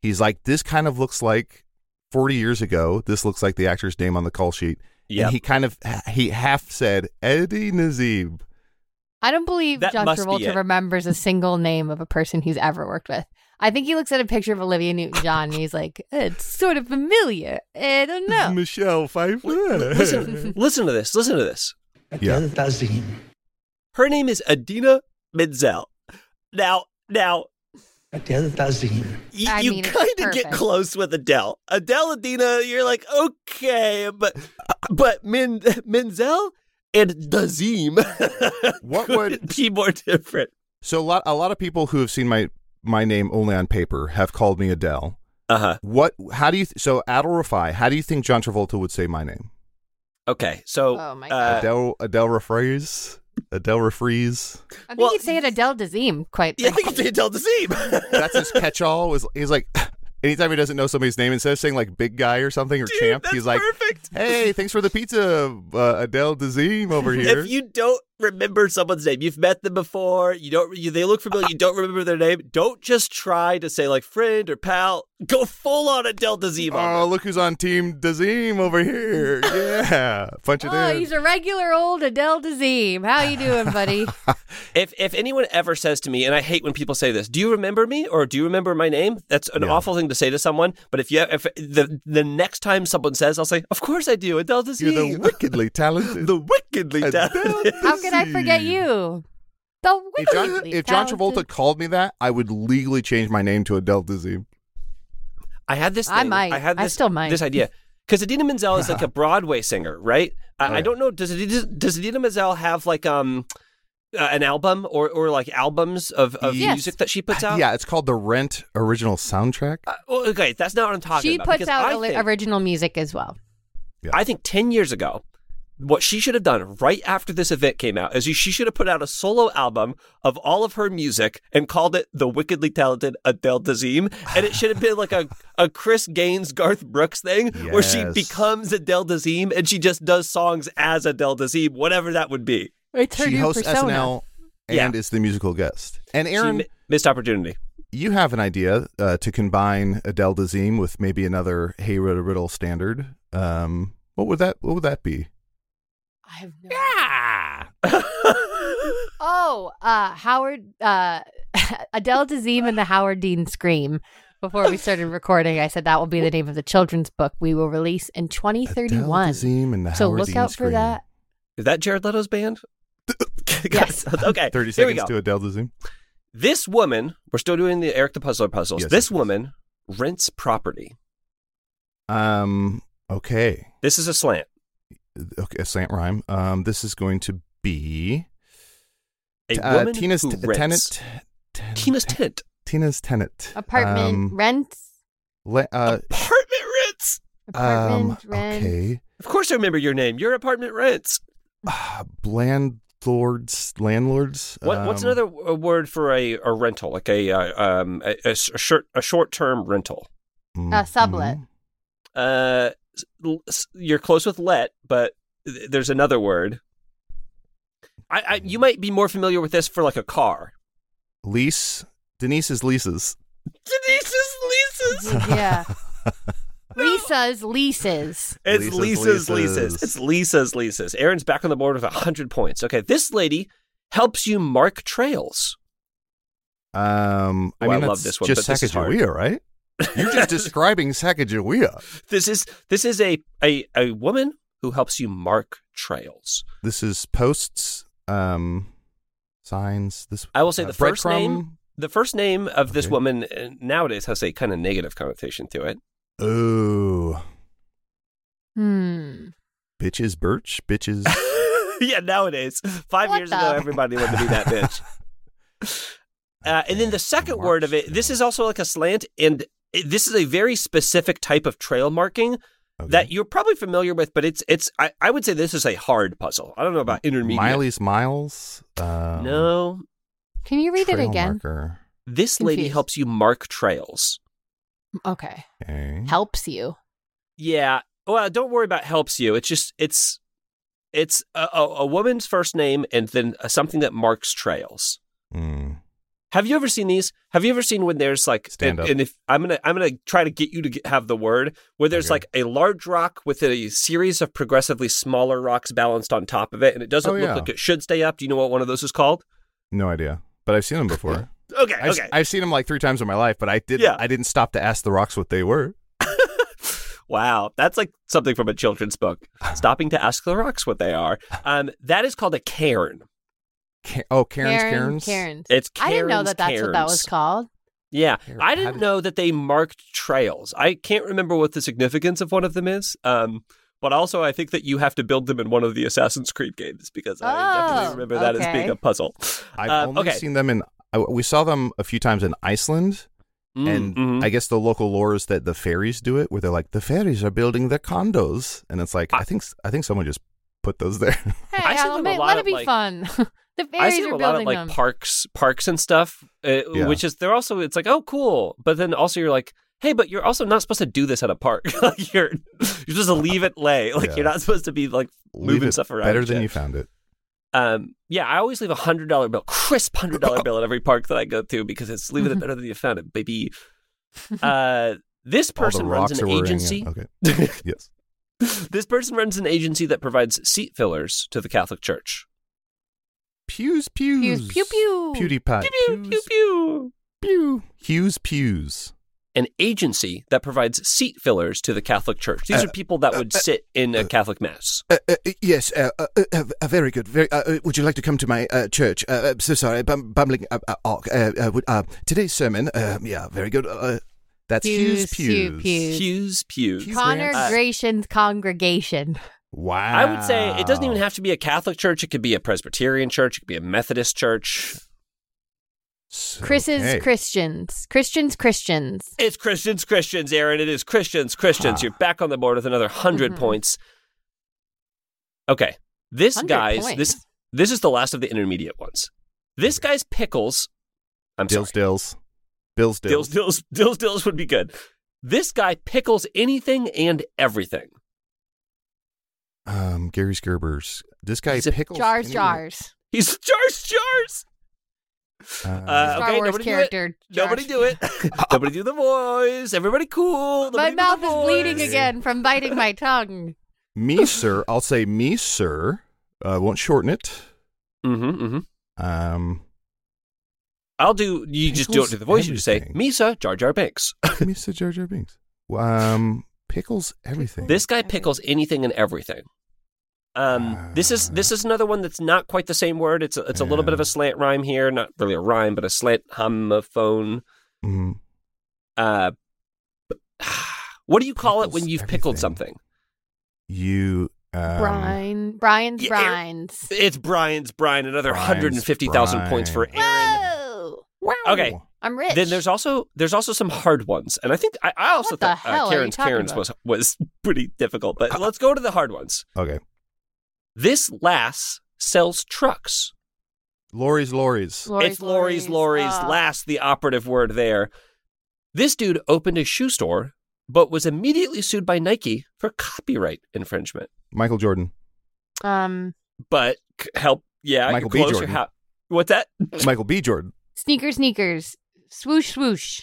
Speaker 3: He's like, this kind of looks like 40 years ago. This looks like the actor's name on the call sheet.
Speaker 4: Yep.
Speaker 3: And he kind of, he half said, Eddie Nazib.
Speaker 2: I don't believe
Speaker 4: That
Speaker 2: John
Speaker 4: must be it.
Speaker 2: Travolta remembers a single name of a person he's ever worked with. I think he looks at a picture of Olivia Newton John and he's like, it's sort of familiar. I don't
Speaker 4: <laughs>
Speaker 2: know.
Speaker 3: Michelle Pfeiffer.
Speaker 4: Listen, listen to this. Listen to this.
Speaker 5: Adele Dazim.
Speaker 4: Her name is Adina Menzel. Now, now,
Speaker 5: Adele Dazim.
Speaker 4: Y-
Speaker 2: I
Speaker 4: you
Speaker 2: mean, it's
Speaker 4: kind of get
Speaker 2: perfect.
Speaker 4: close with Adele. Adele Adina, you're like, okay, but but Min <laughs> Menzel and <laughs> Dazim
Speaker 3: What
Speaker 4: couldn't
Speaker 3: would-
Speaker 4: be more different?
Speaker 3: so a lot, a lot of people who have seen my, my name only on paper have called me Adele.
Speaker 4: Uh-huh.
Speaker 3: What? How do you? Th- so Adel Rafi. How do you think John Travolta would say my name?
Speaker 4: Okay. So
Speaker 2: Oh my
Speaker 4: uh,
Speaker 3: Adele Adele Refreeze. Adele Refreeze.
Speaker 2: I think
Speaker 4: well,
Speaker 2: he'd say it Adele Dazeem quite
Speaker 4: yeah, I think it's Adele Dazim. <laughs>
Speaker 3: That's his catch-all. Was he's like, <laughs> anytime he doesn't know somebody's name, instead of saying like big guy or something or
Speaker 4: Dude,
Speaker 3: champ,
Speaker 4: that's
Speaker 3: he's like,
Speaker 4: perfect.
Speaker 3: hey, thanks for the pizza, uh, Adele Dazeem over here.
Speaker 4: If you don't remember someone's name, you've met them before. You don't. You, they look familiar. You don't remember their name. Don't just try to say like friend or pal. Go full on Adele Dazim. on
Speaker 3: Oh, look who's on Team Dazeem over
Speaker 4: <laughs>
Speaker 3: here. Yeah. Punch it
Speaker 2: Oh,
Speaker 3: in.
Speaker 2: he's a regular old Adele Dazeem. How you doing,
Speaker 3: <laughs>
Speaker 2: buddy?
Speaker 4: If if anyone ever says to me, and I hate when people say this, do you remember me or do you remember my name? That's an
Speaker 3: Yeah.
Speaker 4: awful thing to say to someone. But if you if the the next time someone says, I'll say, of course I do. Adele
Speaker 3: You're the
Speaker 4: Dazeem,
Speaker 3: wickedly talented.
Speaker 4: the <laughs> wickedly
Speaker 3: Adele
Speaker 4: talented.
Speaker 2: How could I forget you? The
Speaker 3: If John,
Speaker 2: wickedly
Speaker 3: if John
Speaker 2: talented-
Speaker 3: Travolta called me that, I would legally change my name to Adele Dazeem.
Speaker 4: <laughs> I had this. Thing,
Speaker 2: I might.
Speaker 4: had
Speaker 2: I
Speaker 4: this,
Speaker 2: still might.
Speaker 4: This idea. Because Adina Menzel
Speaker 3: <laughs>
Speaker 4: is like a Broadway singer, right?
Speaker 3: Oh,
Speaker 4: I, I don't know. Does Adina, does Adina Menzel have like um uh, an album or or like albums of, of
Speaker 2: Yes.
Speaker 4: music that
Speaker 3: <sighs>
Speaker 4: she puts out?
Speaker 3: Yeah, it's called the Rent original soundtrack.
Speaker 4: Uh, well, okay, that's not what I'm talking
Speaker 2: She
Speaker 4: about.
Speaker 2: puts
Speaker 4: because
Speaker 2: out
Speaker 4: I
Speaker 2: oli-
Speaker 4: think-
Speaker 2: original music as well.
Speaker 3: Yeah.
Speaker 4: I think 10 years ago, what she should have done right after this event came out is she should have put out a solo album of all of her music and called it The Wickedly Talented Adele Dazeem. And it should have been like a, a Chris Gaines, Garth Brooks thing where she
Speaker 3: Yes.
Speaker 4: becomes Adele Dazeem and she just does songs as Adele Dazeem, whatever that would be.
Speaker 2: It's her
Speaker 3: she
Speaker 2: new
Speaker 3: hosts
Speaker 2: persona.
Speaker 3: SNL
Speaker 4: Yeah.
Speaker 3: and is the musical guest. And
Speaker 4: She
Speaker 3: Aaron,
Speaker 4: mi- missed opportunity.
Speaker 3: you have an idea uh, to combine Adele Dazeem with maybe another Hey Riddle Riddle standard. Um, what would that? What would that be?
Speaker 2: I have no. Oh, uh, Howard, uh, <laughs> Adele Dazeem and the Howard Dean Scream. Before we started recording, I said that will be the name of the children's book we will release in 2031.
Speaker 3: Adele Dazeem and the
Speaker 2: so
Speaker 3: Howard
Speaker 2: look
Speaker 3: Dean
Speaker 2: out for
Speaker 3: Scream.
Speaker 2: that.
Speaker 4: <laughs> Is that Jared Leto's band?
Speaker 2: Yes.
Speaker 4: <laughs> okay.
Speaker 3: Thirty
Speaker 4: here we go.
Speaker 3: seconds to Adele Dazeem.
Speaker 4: This woman, we're still doing the Eric the Puzzler puzzles.
Speaker 3: Yes, yes,
Speaker 4: this
Speaker 3: yes.
Speaker 4: woman rents property.
Speaker 3: Um. Okay.
Speaker 4: This is a slant.
Speaker 3: Okay. A slant rhyme. Um. This is going to be
Speaker 4: A
Speaker 3: uh,
Speaker 4: woman
Speaker 3: Tina's
Speaker 4: who
Speaker 3: t-
Speaker 4: rents.
Speaker 3: tenant. ten-
Speaker 4: Tina's tent.
Speaker 3: Tina's tenant.
Speaker 2: Apartment
Speaker 3: Um,
Speaker 2: rent.
Speaker 3: le- uh,
Speaker 4: apartment rents.
Speaker 3: um.
Speaker 2: Apartment rent.
Speaker 3: Okay.
Speaker 4: Of course, I remember your name. Your apartment rents.
Speaker 3: Ah, landlords landlords
Speaker 4: What, what's
Speaker 3: um,
Speaker 4: another w- word for a, a rental? Like a uh, um a, a s- a short a short term rental.
Speaker 3: mm,
Speaker 2: Uh, sublet.
Speaker 3: mm.
Speaker 4: Uh, s- l- s- you're close with let, but th- there's another word. I, I
Speaker 3: Mm.
Speaker 4: you might be more familiar with this for like a car.
Speaker 3: Lease Denise's leases.
Speaker 4: Denise's leases. <laughs>
Speaker 2: yeah. Lisa's leases.
Speaker 4: It's
Speaker 3: Lisa's
Speaker 4: Lisa's leases.
Speaker 3: leases.
Speaker 4: It's Lisa's leases. Aaron's back on the board with 100 points. Okay, this lady helps you mark trails.
Speaker 3: Um, I
Speaker 4: Ooh, Oh, I
Speaker 3: mean,
Speaker 4: love
Speaker 3: that's
Speaker 4: this one,
Speaker 3: Just
Speaker 4: but this is hard.
Speaker 3: Sacagawea, right? You're
Speaker 4: <laughs>
Speaker 3: just describing Sacagawea.
Speaker 4: This is this is a a, a woman who helps you mark trails.
Speaker 3: This is posts, um, signs. This
Speaker 4: I will say
Speaker 3: uh,
Speaker 4: the first
Speaker 3: breadcrumb.
Speaker 4: name the first name of this
Speaker 3: Okay.
Speaker 4: woman uh, nowadays has a kind of negative connotation to it. <laughs>
Speaker 3: Ooh,
Speaker 2: Hmm.
Speaker 3: bitches, birch, bitches.
Speaker 4: yeah, nowadays. Five
Speaker 2: What
Speaker 4: years
Speaker 2: the-
Speaker 4: ago, everybody wanted to be that bitch.
Speaker 3: <laughs>
Speaker 4: Uh, and then the second
Speaker 3: March
Speaker 4: word of it, this is also like a slant, and it, this is a very specific type of trail marking
Speaker 3: Okay.
Speaker 4: <laughs> that you're probably familiar with, but it's it's. I, I would say this is a hard puzzle. I don't know about intermediate.
Speaker 3: Miley's miles. Um,
Speaker 4: No,
Speaker 2: Can you read it
Speaker 3: trail
Speaker 2: again?
Speaker 3: marker.
Speaker 4: this lady
Speaker 2: Confused.
Speaker 4: helps you mark trails.
Speaker 2: Okay.
Speaker 3: Okay.
Speaker 2: Helps you.
Speaker 4: Yeah. Well, don't worry about helps you. It's just it's it's a, a, a woman's first name and then uh, something that marks trails.
Speaker 3: Hmm.
Speaker 4: Have you ever seen these? Have you ever seen when there's like
Speaker 3: Stand
Speaker 4: and,
Speaker 3: up.
Speaker 4: and if I'm gonna I'm gonna try to get you to get, have the word where there's
Speaker 3: Okay.
Speaker 4: like a large rock with a series of progressively smaller rocks balanced on top of it, and it doesn't
Speaker 3: Oh,
Speaker 4: look
Speaker 3: yeah.
Speaker 4: like it should stay up. Do you know what one of those is called?
Speaker 3: No idea, but I've seen them before.
Speaker 4: <laughs> Okay,
Speaker 3: I've,
Speaker 4: okay.
Speaker 3: I've seen them like three times in my life, but I did.
Speaker 4: Yeah.
Speaker 3: I didn't stop to ask the rocks what they were.
Speaker 4: wow, that's like something from a children's book. Stopping to ask the rocks what they are. Um, that is called a cairn.
Speaker 3: Ca- oh, Karen's
Speaker 2: Cairns.
Speaker 3: Cairns.
Speaker 2: Cairns.
Speaker 4: It's
Speaker 2: I didn't know
Speaker 4: Karen's
Speaker 2: that that's what that was
Speaker 4: Cairns.
Speaker 2: called.
Speaker 4: Yeah,
Speaker 3: Cairn.
Speaker 4: I
Speaker 3: How
Speaker 4: didn't
Speaker 3: did-
Speaker 4: know that they marked trails. I can't remember what the significance of one of them is. Um, but also, I think that you have to build them in one of the Assassin's Creed games because I
Speaker 2: Oh,
Speaker 4: definitely remember that as being
Speaker 2: okay.
Speaker 4: a puzzle.
Speaker 3: I've
Speaker 4: Uh,
Speaker 3: only
Speaker 4: okay.
Speaker 3: seen them in. I- We saw them a few times in Iceland,
Speaker 4: Mm,
Speaker 3: and
Speaker 4: mhm.
Speaker 3: I guess the local lore is that the fairies do it, where they're like, the fairies are building their condos, and it's like, I, think I think someone just put those there. <laughs>
Speaker 2: Hey,
Speaker 4: I see
Speaker 2: I'll
Speaker 4: them a
Speaker 2: admit,
Speaker 4: lot
Speaker 2: let
Speaker 4: at,
Speaker 2: it be
Speaker 4: like-
Speaker 2: fun. <laughs> the
Speaker 4: I
Speaker 2: fairies
Speaker 4: see them
Speaker 2: are
Speaker 4: a lot
Speaker 2: building
Speaker 4: of like
Speaker 2: them.
Speaker 4: parks, parks and stuff, uh,
Speaker 3: Yeah.
Speaker 4: which is they're also it's like oh cool, but then also you're like hey, but you're also not supposed to do this at a park. <laughs> Like, you're you're supposed to leave it lay. Like
Speaker 3: Yeah.
Speaker 4: you're not supposed to be like
Speaker 3: Leave
Speaker 4: moving
Speaker 3: it
Speaker 4: stuff around.
Speaker 3: better
Speaker 4: and
Speaker 3: than
Speaker 4: shit.
Speaker 3: you found it.
Speaker 4: Um, yeah, I always leave a hundred dollar bill, crisp
Speaker 3: <laughs>
Speaker 4: hundred dollar bill at every park that I go to because it's
Speaker 2: <laughs>
Speaker 4: leaving it better than you found it, baby. Uh, this person
Speaker 3: All the
Speaker 4: runs
Speaker 3: rocks
Speaker 4: an
Speaker 3: are wearing-
Speaker 4: agency. <laughs>
Speaker 3: Okay. yes.
Speaker 4: This person runs an agency that provides seat fillers to the Catholic Church.
Speaker 3: Pews, pews,
Speaker 2: pew, pew.
Speaker 3: PewDiePie,
Speaker 4: Pew, pew, pew,
Speaker 3: pews,
Speaker 4: pew.
Speaker 3: pew, Hughes, pews.
Speaker 4: An agency that provides seat fillers to the Catholic Church. These
Speaker 3: Uh,
Speaker 4: are people that would
Speaker 3: uh, uh,
Speaker 4: sit in a Catholic mass.
Speaker 3: Uh, uh, yes, uh, uh, uh, uh, very good. Very. Uh, uh, would you like to come to my uh, church? Uh, I'm so sorry, bum, bumbling. Uh, uh, arc. uh, uh, would- uh, today's sermon. Uh, yeah, very good. Uh, that's
Speaker 2: Pews,
Speaker 3: Hughes
Speaker 2: pew,
Speaker 3: Pews.
Speaker 2: pews.
Speaker 4: Pews, pews.
Speaker 3: Pews.
Speaker 2: Congregation's congregation.
Speaker 3: Wow.
Speaker 4: I would say it doesn't even have to be a Catholic church. It could be a Presbyterian church. It could be a Methodist church.
Speaker 3: So-
Speaker 2: Chris's
Speaker 3: okay.
Speaker 2: Christians. Christians, Christians.
Speaker 4: It's Christians, Christians, Aaron. It is Christians, Christians.
Speaker 3: Huh.
Speaker 4: You're back on the board with another 100 points. Okay, this
Speaker 2: 100
Speaker 4: guy's this
Speaker 2: points.
Speaker 4: this is the last of the intermediate ones. This guy's pickles. I'm
Speaker 3: Dills,
Speaker 4: sorry.
Speaker 3: dills, Bills,
Speaker 4: Dills,
Speaker 3: dills.
Speaker 4: dills, dills, dills would be good. This guy pickles anything and everything.
Speaker 3: Um, Gary's Gerbers. This guy
Speaker 4: He's a-
Speaker 3: pickles
Speaker 2: Jars,
Speaker 3: anyone-
Speaker 2: jars.
Speaker 4: He's jars, jars.
Speaker 3: Uh,
Speaker 4: Uh,
Speaker 2: Star
Speaker 4: okay,
Speaker 2: Wars
Speaker 4: nobody do it.
Speaker 2: character.
Speaker 4: Nobody
Speaker 2: jars.
Speaker 4: do it. <laughs> Nobody do the voice. Everybody cool.
Speaker 2: My
Speaker 4: Nobody do the
Speaker 2: mouth is bleeding
Speaker 4: voice.
Speaker 2: again from biting my tongue.
Speaker 3: me, sir. I'll say me, sir. I won't shorten it.
Speaker 4: Mm-hmm, mm-hmm.
Speaker 3: Um,
Speaker 4: I'll do. You just do it
Speaker 3: Pickles
Speaker 4: to the voice. You just say,
Speaker 3: everything.
Speaker 4: "Misa Jar Jar Banks."
Speaker 3: Mr. Jar Jar Binks. Um, pickles everything.
Speaker 4: This guy pickles anything and everything. Um, this is this is another one that's not quite the same word. It's a, it's a little bit of
Speaker 3: Ah.
Speaker 4: a
Speaker 3: Yeah.
Speaker 4: slant rhyme here, not really a rhyme, but a slant homophone.
Speaker 3: Mm.
Speaker 4: Uh, <sighs> what do you call it
Speaker 3: Pickles
Speaker 4: when you've pickled
Speaker 3: everything.
Speaker 4: something?
Speaker 3: You um,
Speaker 2: Brian. Brian's
Speaker 4: yeah,
Speaker 2: brines.
Speaker 4: It's Brian's Brian. Another
Speaker 3: Brian's
Speaker 4: hundred and fifty thousand
Speaker 3: Brian.
Speaker 4: points for Aaron.
Speaker 2: Whoa.
Speaker 4: Okay,
Speaker 2: I'm rich.
Speaker 4: then there's also there's also some hard ones, and I think I, I also
Speaker 2: What the
Speaker 4: thought
Speaker 2: hell
Speaker 4: uh,
Speaker 2: are you
Speaker 4: Karen's
Speaker 2: talking
Speaker 4: Karen's
Speaker 2: about?
Speaker 4: was was <laughs> pretty difficult. But let's go to the hard ones.
Speaker 3: Okay.
Speaker 4: This lass sells trucks.
Speaker 3: Lori's Lori's.
Speaker 4: it's Lori's, Lori's.
Speaker 2: uh,
Speaker 4: Last, the operative word there. This dude opened a shoe store, but was immediately sued by Nike for copyright infringement.
Speaker 3: Michael Jordan.
Speaker 2: Um,
Speaker 4: But c- help Yeah,
Speaker 3: Michael
Speaker 4: you
Speaker 3: B.
Speaker 4: close your
Speaker 3: Jordan.
Speaker 4: hou- What's that?
Speaker 3: Michael B. Jordan.
Speaker 2: Sneaker, sneakers. Swoosh, swoosh.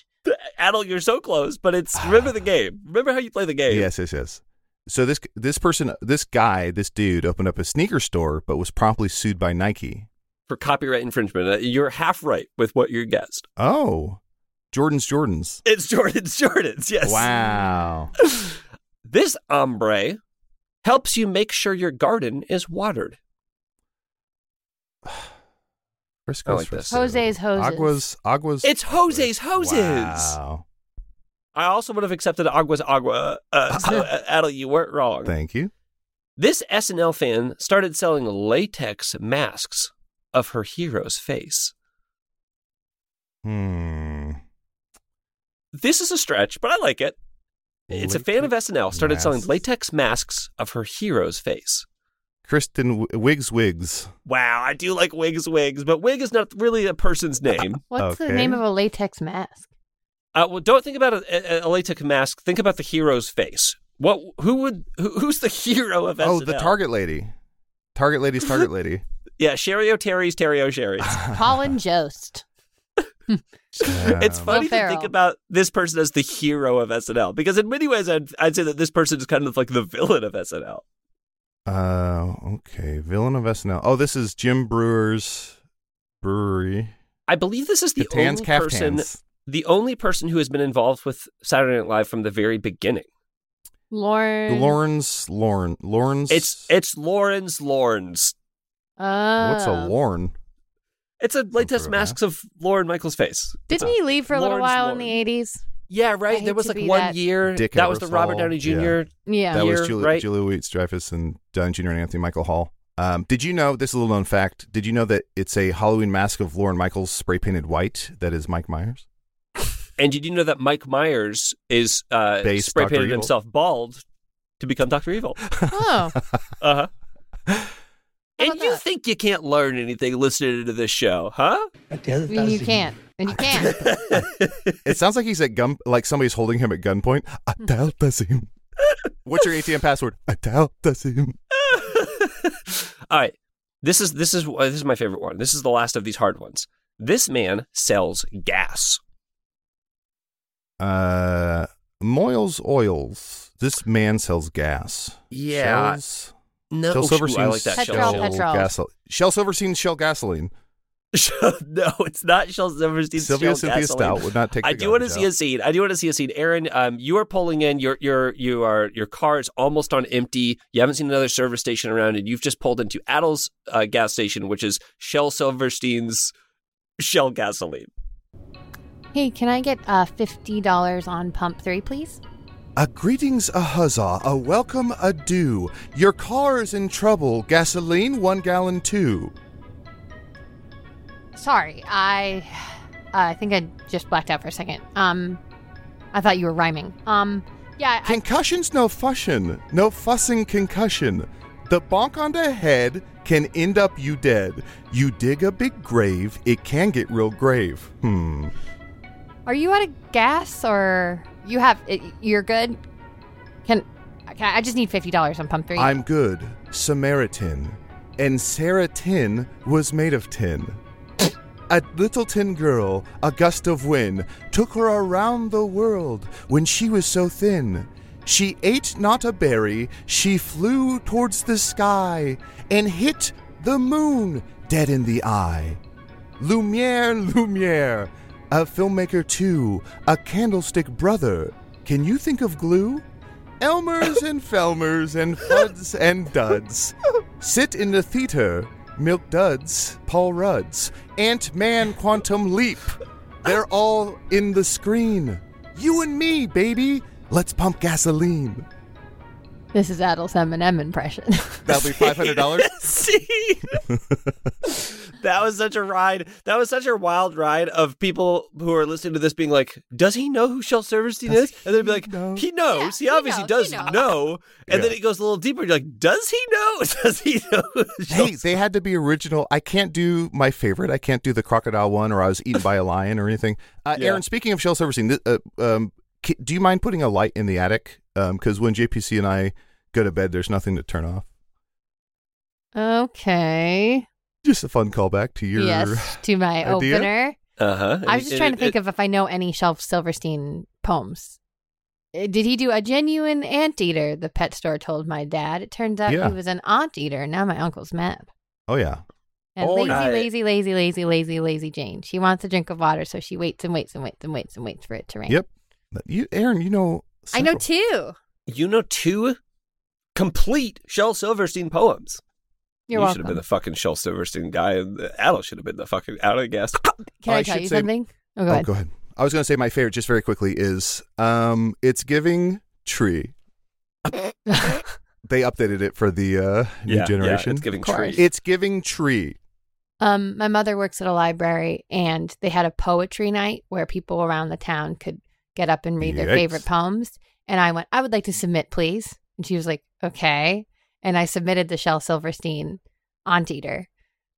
Speaker 4: Adult, you're so close, but it's remember the game. Remember how you play the game.
Speaker 3: Ah. Yes, yes, yes. So this this person, this guy, this dude opened up a sneaker store, but was promptly sued by Nike.
Speaker 4: For copyright infringement. Uh, You're half right with what you guessed.
Speaker 3: Oh, Jordan's Jordans.
Speaker 4: It's Jordan's <laughs> Jordan's, yes. <laughs>
Speaker 3: Wow.
Speaker 4: This ombre helps you make sure your garden is watered.
Speaker 3: Frisco's
Speaker 4: I like this.
Speaker 3: Frisco.
Speaker 2: Jose's Hoses.
Speaker 3: Aguas. Aguas.
Speaker 4: It's Jose's Hoses.
Speaker 3: Wow.
Speaker 4: I also would have accepted Agua's Agua.
Speaker 3: <laughs>
Speaker 4: Uh, so, uh, Adel, you weren't wrong.
Speaker 3: Thank you.
Speaker 4: This SNL fan started selling latex masks of her hero's face.
Speaker 3: Hmm.
Speaker 4: This is a stretch, but I like it. It's a fan of
Speaker 3: Latex
Speaker 4: SNL started selling
Speaker 3: masks.
Speaker 4: latex masks of her hero's face.
Speaker 3: Kristen W- Wiggs Wiggs.
Speaker 4: Wow, I do like Wigs Wigs, but Wig is not really a person's name.
Speaker 2: What's
Speaker 3: Okay.
Speaker 2: the name of a latex mask?
Speaker 4: uh, well, don't think about a, a, a latex mask. Think about the hero's face. What? Who would? Who, who's the hero of SNL?
Speaker 3: Oh, the Target lady. Target lady's Target
Speaker 4: <laughs>
Speaker 3: lady.
Speaker 4: Yeah, Sherry O'Terry's Terry O'Sherry's. <laughs>
Speaker 2: Colin Jost.
Speaker 4: it's
Speaker 3: Um,
Speaker 4: funny to
Speaker 2: Farrell.
Speaker 4: think about this person as the hero of SNL because in many ways I'd, I'd say that this person is kind of like the villain of SNL.
Speaker 3: Uh, okay. Villain of SNL. Oh, this is Jim Brewer's brewery.
Speaker 4: I believe this is the
Speaker 3: Catan's
Speaker 4: only person,
Speaker 3: Caftans.
Speaker 4: the only person who has been involved with Saturday Night Live from the very beginning.
Speaker 2: Lauren.
Speaker 3: Lawrence. Lauren. Lawrence.
Speaker 4: It's it's Lawrence Lawrence.
Speaker 2: Oh.
Speaker 3: What's
Speaker 4: uh,
Speaker 3: a Lorn?
Speaker 4: It's a latex
Speaker 3: forgot
Speaker 4: masks of Lauren Michael's face. That's
Speaker 2: Didn't he leave for a little
Speaker 4: Lawrence
Speaker 2: while
Speaker 4: Lawrence.
Speaker 2: in the eighties?
Speaker 4: Yeah,
Speaker 2: I
Speaker 4: right.
Speaker 2: hate
Speaker 4: There was
Speaker 2: to
Speaker 4: like
Speaker 2: be
Speaker 4: one
Speaker 2: that-
Speaker 4: year
Speaker 3: Dick
Speaker 4: that was the Robert
Speaker 3: Ebersol,
Speaker 4: Downey Jr.
Speaker 3: yeah.
Speaker 2: Yeah.
Speaker 3: That was
Speaker 4: Here,
Speaker 3: Julie,
Speaker 4: right?
Speaker 3: Julie Weitz Dreyfus and Don Jr. and Anthony Michael Hall. Um, did you know this is a little known fact? Did you know that it's a Halloween mask of Lauren Michaels spray painted white? That is
Speaker 2: <laughs>
Speaker 3: Mike Myers.
Speaker 4: And did you know that Mike Myers is uh,
Speaker 3: Based
Speaker 4: spray
Speaker 3: Dr.
Speaker 4: painted
Speaker 3: Evil.
Speaker 4: himself bald to become Doctor Evil? Uh-huh.
Speaker 2: <laughs> oh.
Speaker 3: <laughs>
Speaker 4: Uh huh.
Speaker 2: How
Speaker 4: And
Speaker 2: about
Speaker 4: you
Speaker 2: that?
Speaker 4: think you can't learn anything listening to this show, huh? <laughs>
Speaker 5: But the other
Speaker 2: I mean, you
Speaker 5: doesn't.
Speaker 2: can't. And you can't.
Speaker 3: It sounds like he's at gun, like somebody's holding him at
Speaker 2: <laughs>
Speaker 3: gunpoint. Adeltazim. <laughs> What's your ATM password? Adeltazim.
Speaker 4: All right. This is this is uh, this is my favorite one. This is the last of these hard ones. This man sells gas.
Speaker 3: Uh, Moyles Oils. This man sells gas.
Speaker 4: Yeah.
Speaker 3: Shells.
Speaker 4: No,
Speaker 3: Shell
Speaker 4: Ooh,
Speaker 3: Silverstein.
Speaker 4: I like that.
Speaker 2: Petrol,
Speaker 4: Shell.
Speaker 2: petrol.
Speaker 3: gasol- Shell Silverstein. Shell gasoline.
Speaker 4: <laughs> Shell- no, it's not Shell Silverstein.
Speaker 3: Sylvia
Speaker 4: Shell
Speaker 3: Cynthia
Speaker 4: gasoline.
Speaker 3: Stout would not take.
Speaker 4: I
Speaker 3: the
Speaker 4: do want to
Speaker 3: garbage
Speaker 4: see
Speaker 3: out.
Speaker 4: a scene. I do want to see a scene. Aaron, um, you are pulling in. Your your you are your car is almost on empty. You haven't seen another service station around, and you've just pulled into Adel's uh, gas station, which is Shell Silverstein's Shell gasoline.
Speaker 2: hey, can I get uh, fifty dollars on pump three, please?
Speaker 3: A greetings, a huzzah, a welcome, a do. Your car is in trouble. Gasoline, one gallon, two.
Speaker 2: Sorry, I uh, I think I just blacked out for a second. Um, I thought you were rhyming. Um, yeah, I,
Speaker 3: Concussion's no fussin', no fussing concussion. The bonk on the head can end up you dead. You dig a big grave, it can get real grave. Hmm.
Speaker 2: are you out of gas or you have? i- You're good. Can, can I, I just need fifty dollars on pump 3
Speaker 3: I'm good, Samaritan. And Sarah Tin was made of tin. A little tin girl, a gust of wind, took her around the world when she was so thin. She ate not a berry, she flew towards the sky and hit the moon dead in the eye. Lumiere, Lumiere, a filmmaker too, a candlestick brother. Can you think of glue? Elmers and Felmers and Fuds and Duds. Sit in the theater. Milk Duds, Paul Rudds, Ant Man Quantum Leap. They're all in the screen. You and me, baby. Let's pump gasoline.
Speaker 2: This is Adel's Eminem impression. <laughs>
Speaker 3: That'll be five hundred dollars.
Speaker 4: See, that was such a ride. That was such a wild ride of people who are listening to this being like, "Does he know who Shell Silverstein
Speaker 3: Does
Speaker 4: is?" And they'd be
Speaker 3: he
Speaker 4: like,
Speaker 3: know?
Speaker 4: "He
Speaker 2: Yeah,
Speaker 4: knows. he
Speaker 2: he
Speaker 4: obviously
Speaker 2: knows,
Speaker 4: does
Speaker 2: he knows."
Speaker 4: know." And then
Speaker 3: Yeah.
Speaker 4: it goes a little deeper. You're like, "Does he know? <laughs> Does he know?" who Shel
Speaker 3: Hey, they had to be original. I can't do my favorite. I can't do the crocodile one, or I was eaten by a lion, or anything. Uh,
Speaker 4: Yeah.
Speaker 3: Aaron, speaking of Shell Silverstein, th- uh, um, c- do you mind putting a light in the attic? Because when JPC and I go to bed, there's nothing to turn off.
Speaker 2: okay.
Speaker 3: Just a fun callback to your.
Speaker 2: yes, to my
Speaker 3: idea?
Speaker 2: opener.
Speaker 4: Uh huh.
Speaker 2: I was just trying to think of if I know any Shelf Silverstein poems. Uh, Did he do a genuine anteater? The pet store told my dad. It turns out
Speaker 3: Yeah.
Speaker 2: he was an anteater. Now my uncle's mad.
Speaker 3: Oh yeah.
Speaker 2: And
Speaker 4: Oh,
Speaker 2: lazy,
Speaker 4: yeah.
Speaker 2: lazy, lazy, lazy, lazy, lazy Jane. She wants a drink of water, so she waits and waits and waits and waits and waits for it to rain.
Speaker 3: Yep. But you, Aaron, you know.
Speaker 2: I know
Speaker 3: several-
Speaker 2: two.
Speaker 4: You know two complete Shel Silverstein poems.
Speaker 2: You're
Speaker 4: you should
Speaker 2: welcome.
Speaker 4: have been the fucking Shel Silverstein guy, and Adel should have been the fucking out of the gas.
Speaker 2: Can I,
Speaker 3: I
Speaker 2: tell
Speaker 3: should
Speaker 2: you
Speaker 3: say-
Speaker 2: something? Oh, go
Speaker 3: oh,
Speaker 2: ahead.
Speaker 3: go ahead. I was going to say my favorite, just very quickly, is um, it's giving
Speaker 2: <laughs>
Speaker 3: tree. they updated it for the uh, new
Speaker 4: Yeah, yeah,
Speaker 3: generation.
Speaker 4: it's giving
Speaker 3: Of course.
Speaker 4: tree.
Speaker 3: It's giving tree.
Speaker 2: Um, my mother works at a library, and they had a poetry night where people around the town could get up and read their
Speaker 3: Yikes.
Speaker 2: favorite poems. And I went, I would like to submit, please. And she was like, okay. And I submitted the Shel Silverstein Anteater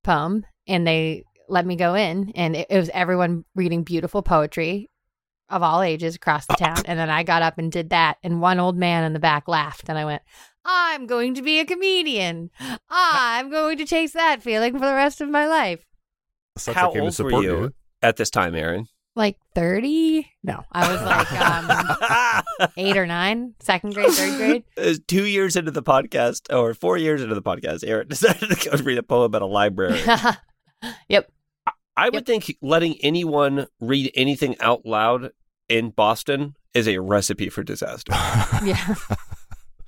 Speaker 2: poem, and they let me go in, and it, it was everyone reading beautiful poetry of all ages across the town. And then I got up and did that, and one old man in the back laughed, and I went, I'm going to be a comedian. I'm going to chase that feeling for the rest of my life.
Speaker 3: Such
Speaker 4: How
Speaker 3: I came to
Speaker 4: old were
Speaker 3: support
Speaker 4: you at this time, Aaron?
Speaker 2: Like 30? No, I was like um,
Speaker 4: <laughs>
Speaker 2: eight or nine, second grade, third grade. <laughs>
Speaker 4: Uh, Two years into the podcast, or four years into the podcast, Aaron <laughs> decided to go read a poem at a library.
Speaker 2: yep.
Speaker 4: I would think letting anyone read anything out loud in Boston is a recipe
Speaker 2: <laughs>
Speaker 4: for disaster. <laughs>
Speaker 2: Yeah.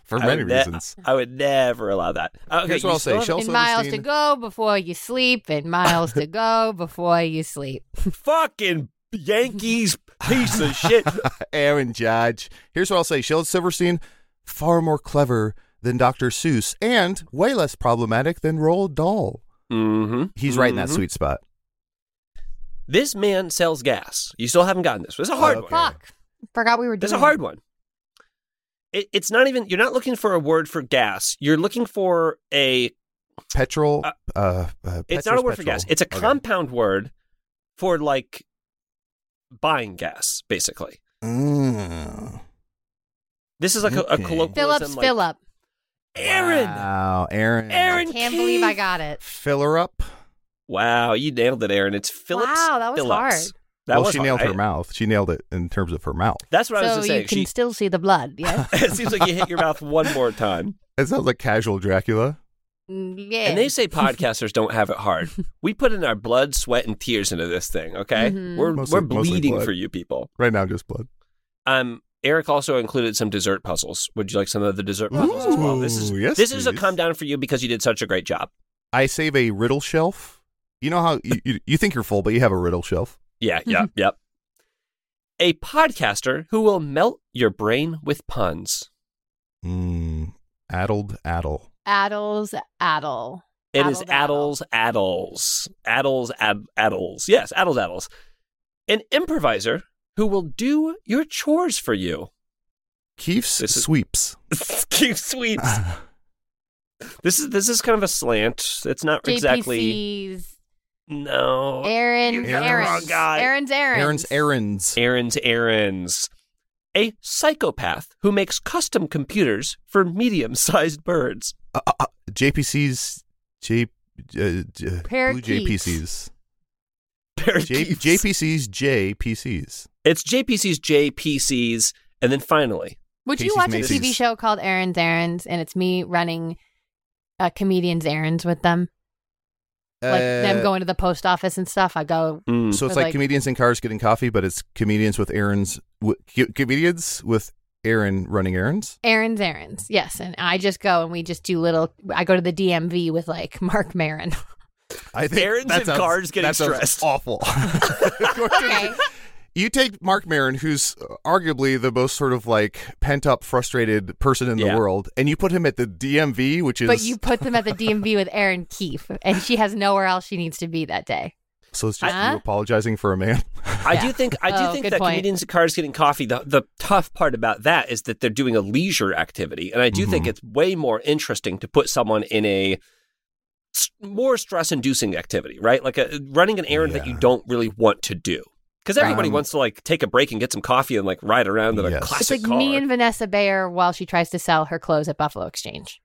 Speaker 3: For
Speaker 4: I
Speaker 3: many
Speaker 4: would ne-
Speaker 3: reasons. <laughs>
Speaker 4: I would never allow that. Uh, Okay,
Speaker 3: Here's what
Speaker 4: you
Speaker 3: I'll
Speaker 4: still
Speaker 3: say.
Speaker 4: have-
Speaker 3: Shel
Speaker 2: and miles to
Speaker 3: Silverstein-
Speaker 2: go before you sleep, and miles to go before you
Speaker 4: <laughs>
Speaker 2: sleep.
Speaker 4: <laughs> fucking Yankees piece
Speaker 3: <laughs>
Speaker 4: of shit.
Speaker 3: Aaron Judge. Here's what I'll say: Shel Silverstein, far more clever than Dr. Seuss, and way less problematic than Roald Dahl.
Speaker 4: Mm-hmm.
Speaker 3: He's right in that sweet spot.
Speaker 4: This man sells gas. You still haven't gotten this. It's a hard
Speaker 3: Okay.
Speaker 4: one.
Speaker 2: Fuck. Forgot we were doing
Speaker 4: It's a hard one. It, it's not even. You're not looking for a word for gas. You're looking for a.
Speaker 3: Petrol.
Speaker 4: Uh,
Speaker 3: Uh, uh, uh,
Speaker 4: It's
Speaker 3: Petrol,
Speaker 4: not a word for
Speaker 3: petrol.
Speaker 4: gas. It's a
Speaker 3: Okay.
Speaker 4: compound word for like buying gas, basically.
Speaker 3: Mm.
Speaker 4: This is like a, a
Speaker 3: Okay.
Speaker 4: colloquialism.
Speaker 2: Phillips,
Speaker 4: like,
Speaker 2: Phillip.
Speaker 4: <laughs> Aaron.
Speaker 3: Wow, Aaron.
Speaker 4: Aaron.
Speaker 2: I can't believe I
Speaker 4: Keith.
Speaker 2: got it.
Speaker 3: Fill her up.
Speaker 4: Wow, you nailed it, Aaron. It's Phillips.
Speaker 2: Wow, that was
Speaker 4: Phillips.
Speaker 2: hard.
Speaker 4: That
Speaker 3: well,
Speaker 4: was
Speaker 3: she
Speaker 4: hard.
Speaker 3: nailed her
Speaker 4: I-
Speaker 3: mouth. She nailed it in terms of her mouth.
Speaker 4: That's what I was
Speaker 2: So
Speaker 4: just
Speaker 2: you
Speaker 4: saying.
Speaker 2: can
Speaker 4: She, <laughs>
Speaker 2: still see the blood, yes?
Speaker 4: it seems like you hit your mouth one
Speaker 2: <laughs>
Speaker 4: more time.
Speaker 3: It sounds like casual Dracula.
Speaker 2: Mm, yeah.
Speaker 4: And they say podcasters don't have it
Speaker 2: <laughs>
Speaker 4: hard. We put in our blood, sweat, and tears into this thing. Okay,
Speaker 2: Mhm.
Speaker 4: we're
Speaker 3: Mostly-
Speaker 4: we're
Speaker 3: mostly
Speaker 4: bleeding
Speaker 3: blood.
Speaker 4: for you people.
Speaker 3: Right now, just blood.
Speaker 4: Um, Eric also included some dessert puzzles. Would you like some of the dessert puzzles as well? This is
Speaker 3: Ooh, yes,
Speaker 4: this is a
Speaker 3: please.
Speaker 4: come down for you because you did such a great job.
Speaker 3: I save a riddle shelf. You know how you, you, you think you're full, but you have a riddle shelf.
Speaker 4: Yeah, yeah, yep. A podcaster who will melt your brain with puns. Hmm.
Speaker 3: Mm, addled, addle.
Speaker 2: Addles, addle.
Speaker 4: It is
Speaker 2: Addles,
Speaker 4: addles, addles, addles, ad, addles. Yes, addles, addles. An improviser who will do your chores for you. <laughs>
Speaker 3: Keefe's
Speaker 4: This is- <laughs>
Speaker 3: sweeps.
Speaker 4: Cute
Speaker 3: <sighs>
Speaker 4: sweeps.
Speaker 3: Ah.
Speaker 4: This is this is kind of a slant. It's not exactly
Speaker 2: JPC's
Speaker 4: no.
Speaker 2: Aaron,
Speaker 3: got the
Speaker 2: Aaron's,
Speaker 3: wrong
Speaker 4: guy.
Speaker 2: Aaron's, Aaron's,
Speaker 3: Aaron's errands.
Speaker 4: Aaron's errands. A psychopath who makes custom computers for medium-sized birds.
Speaker 3: Uh, uh, uh, JPC's J, uh, J,
Speaker 2: Pear
Speaker 3: blue
Speaker 2: Keefe's.
Speaker 3: JPC's. J,
Speaker 4: Parakeets.
Speaker 3: JPC's JPC's.
Speaker 4: It's JPC's JPC's, and then finally,
Speaker 2: Would you
Speaker 3: Casey's
Speaker 2: watch a
Speaker 3: Macy's.
Speaker 2: TV show called Aaron's Errands and it's me running uh, comedians' errands with them? Like them
Speaker 3: Uh,
Speaker 2: going to the post office and stuff. I go,
Speaker 3: So it's
Speaker 2: With,
Speaker 3: like,
Speaker 2: like-
Speaker 3: comedians in cars getting coffee, but it's comedians with errands. W- co- comedians with Aaron running errands.
Speaker 2: Aaron's Errands. Yes. And I just go and we just do little, I go to the DMV with like Mark Marin.
Speaker 3: I think
Speaker 4: Errands
Speaker 3: that
Speaker 4: and
Speaker 3: sounds-
Speaker 4: cars getting
Speaker 3: that sounds
Speaker 4: stressed. <laughs>
Speaker 3: Awful.
Speaker 2: okay.
Speaker 3: <laughs> You take Mark Marin, who's arguably the most sort of like pent up, frustrated person in
Speaker 4: Yeah.
Speaker 3: the world, and you put him at the DMV, which is
Speaker 2: But you put them at the DMV with Aaron Keefe and she has nowhere else she needs to be that day.
Speaker 3: So it's just
Speaker 2: Huh?
Speaker 3: you apologizing for a man.
Speaker 4: I
Speaker 2: Yeah.
Speaker 4: do think I do
Speaker 2: Oh,
Speaker 4: think
Speaker 2: good
Speaker 4: that
Speaker 2: point.
Speaker 4: comedians at cars getting coffee. The the tough part about that is that they're doing a leisure activity, and I do
Speaker 3: Mm-hmm.
Speaker 4: think it's way more interesting to put someone in a s- more stress inducing activity, right? Like a, running an errand that you
Speaker 3: Yeah.
Speaker 4: don't really want to do. Because everybody
Speaker 3: Um,
Speaker 4: wants to like take a break and get some coffee and like ride around in a
Speaker 3: Yes.
Speaker 4: classic
Speaker 2: It's like
Speaker 4: car.
Speaker 2: me and Vanessa Bayer while she tries to sell her clothes at Buffalo Exchange.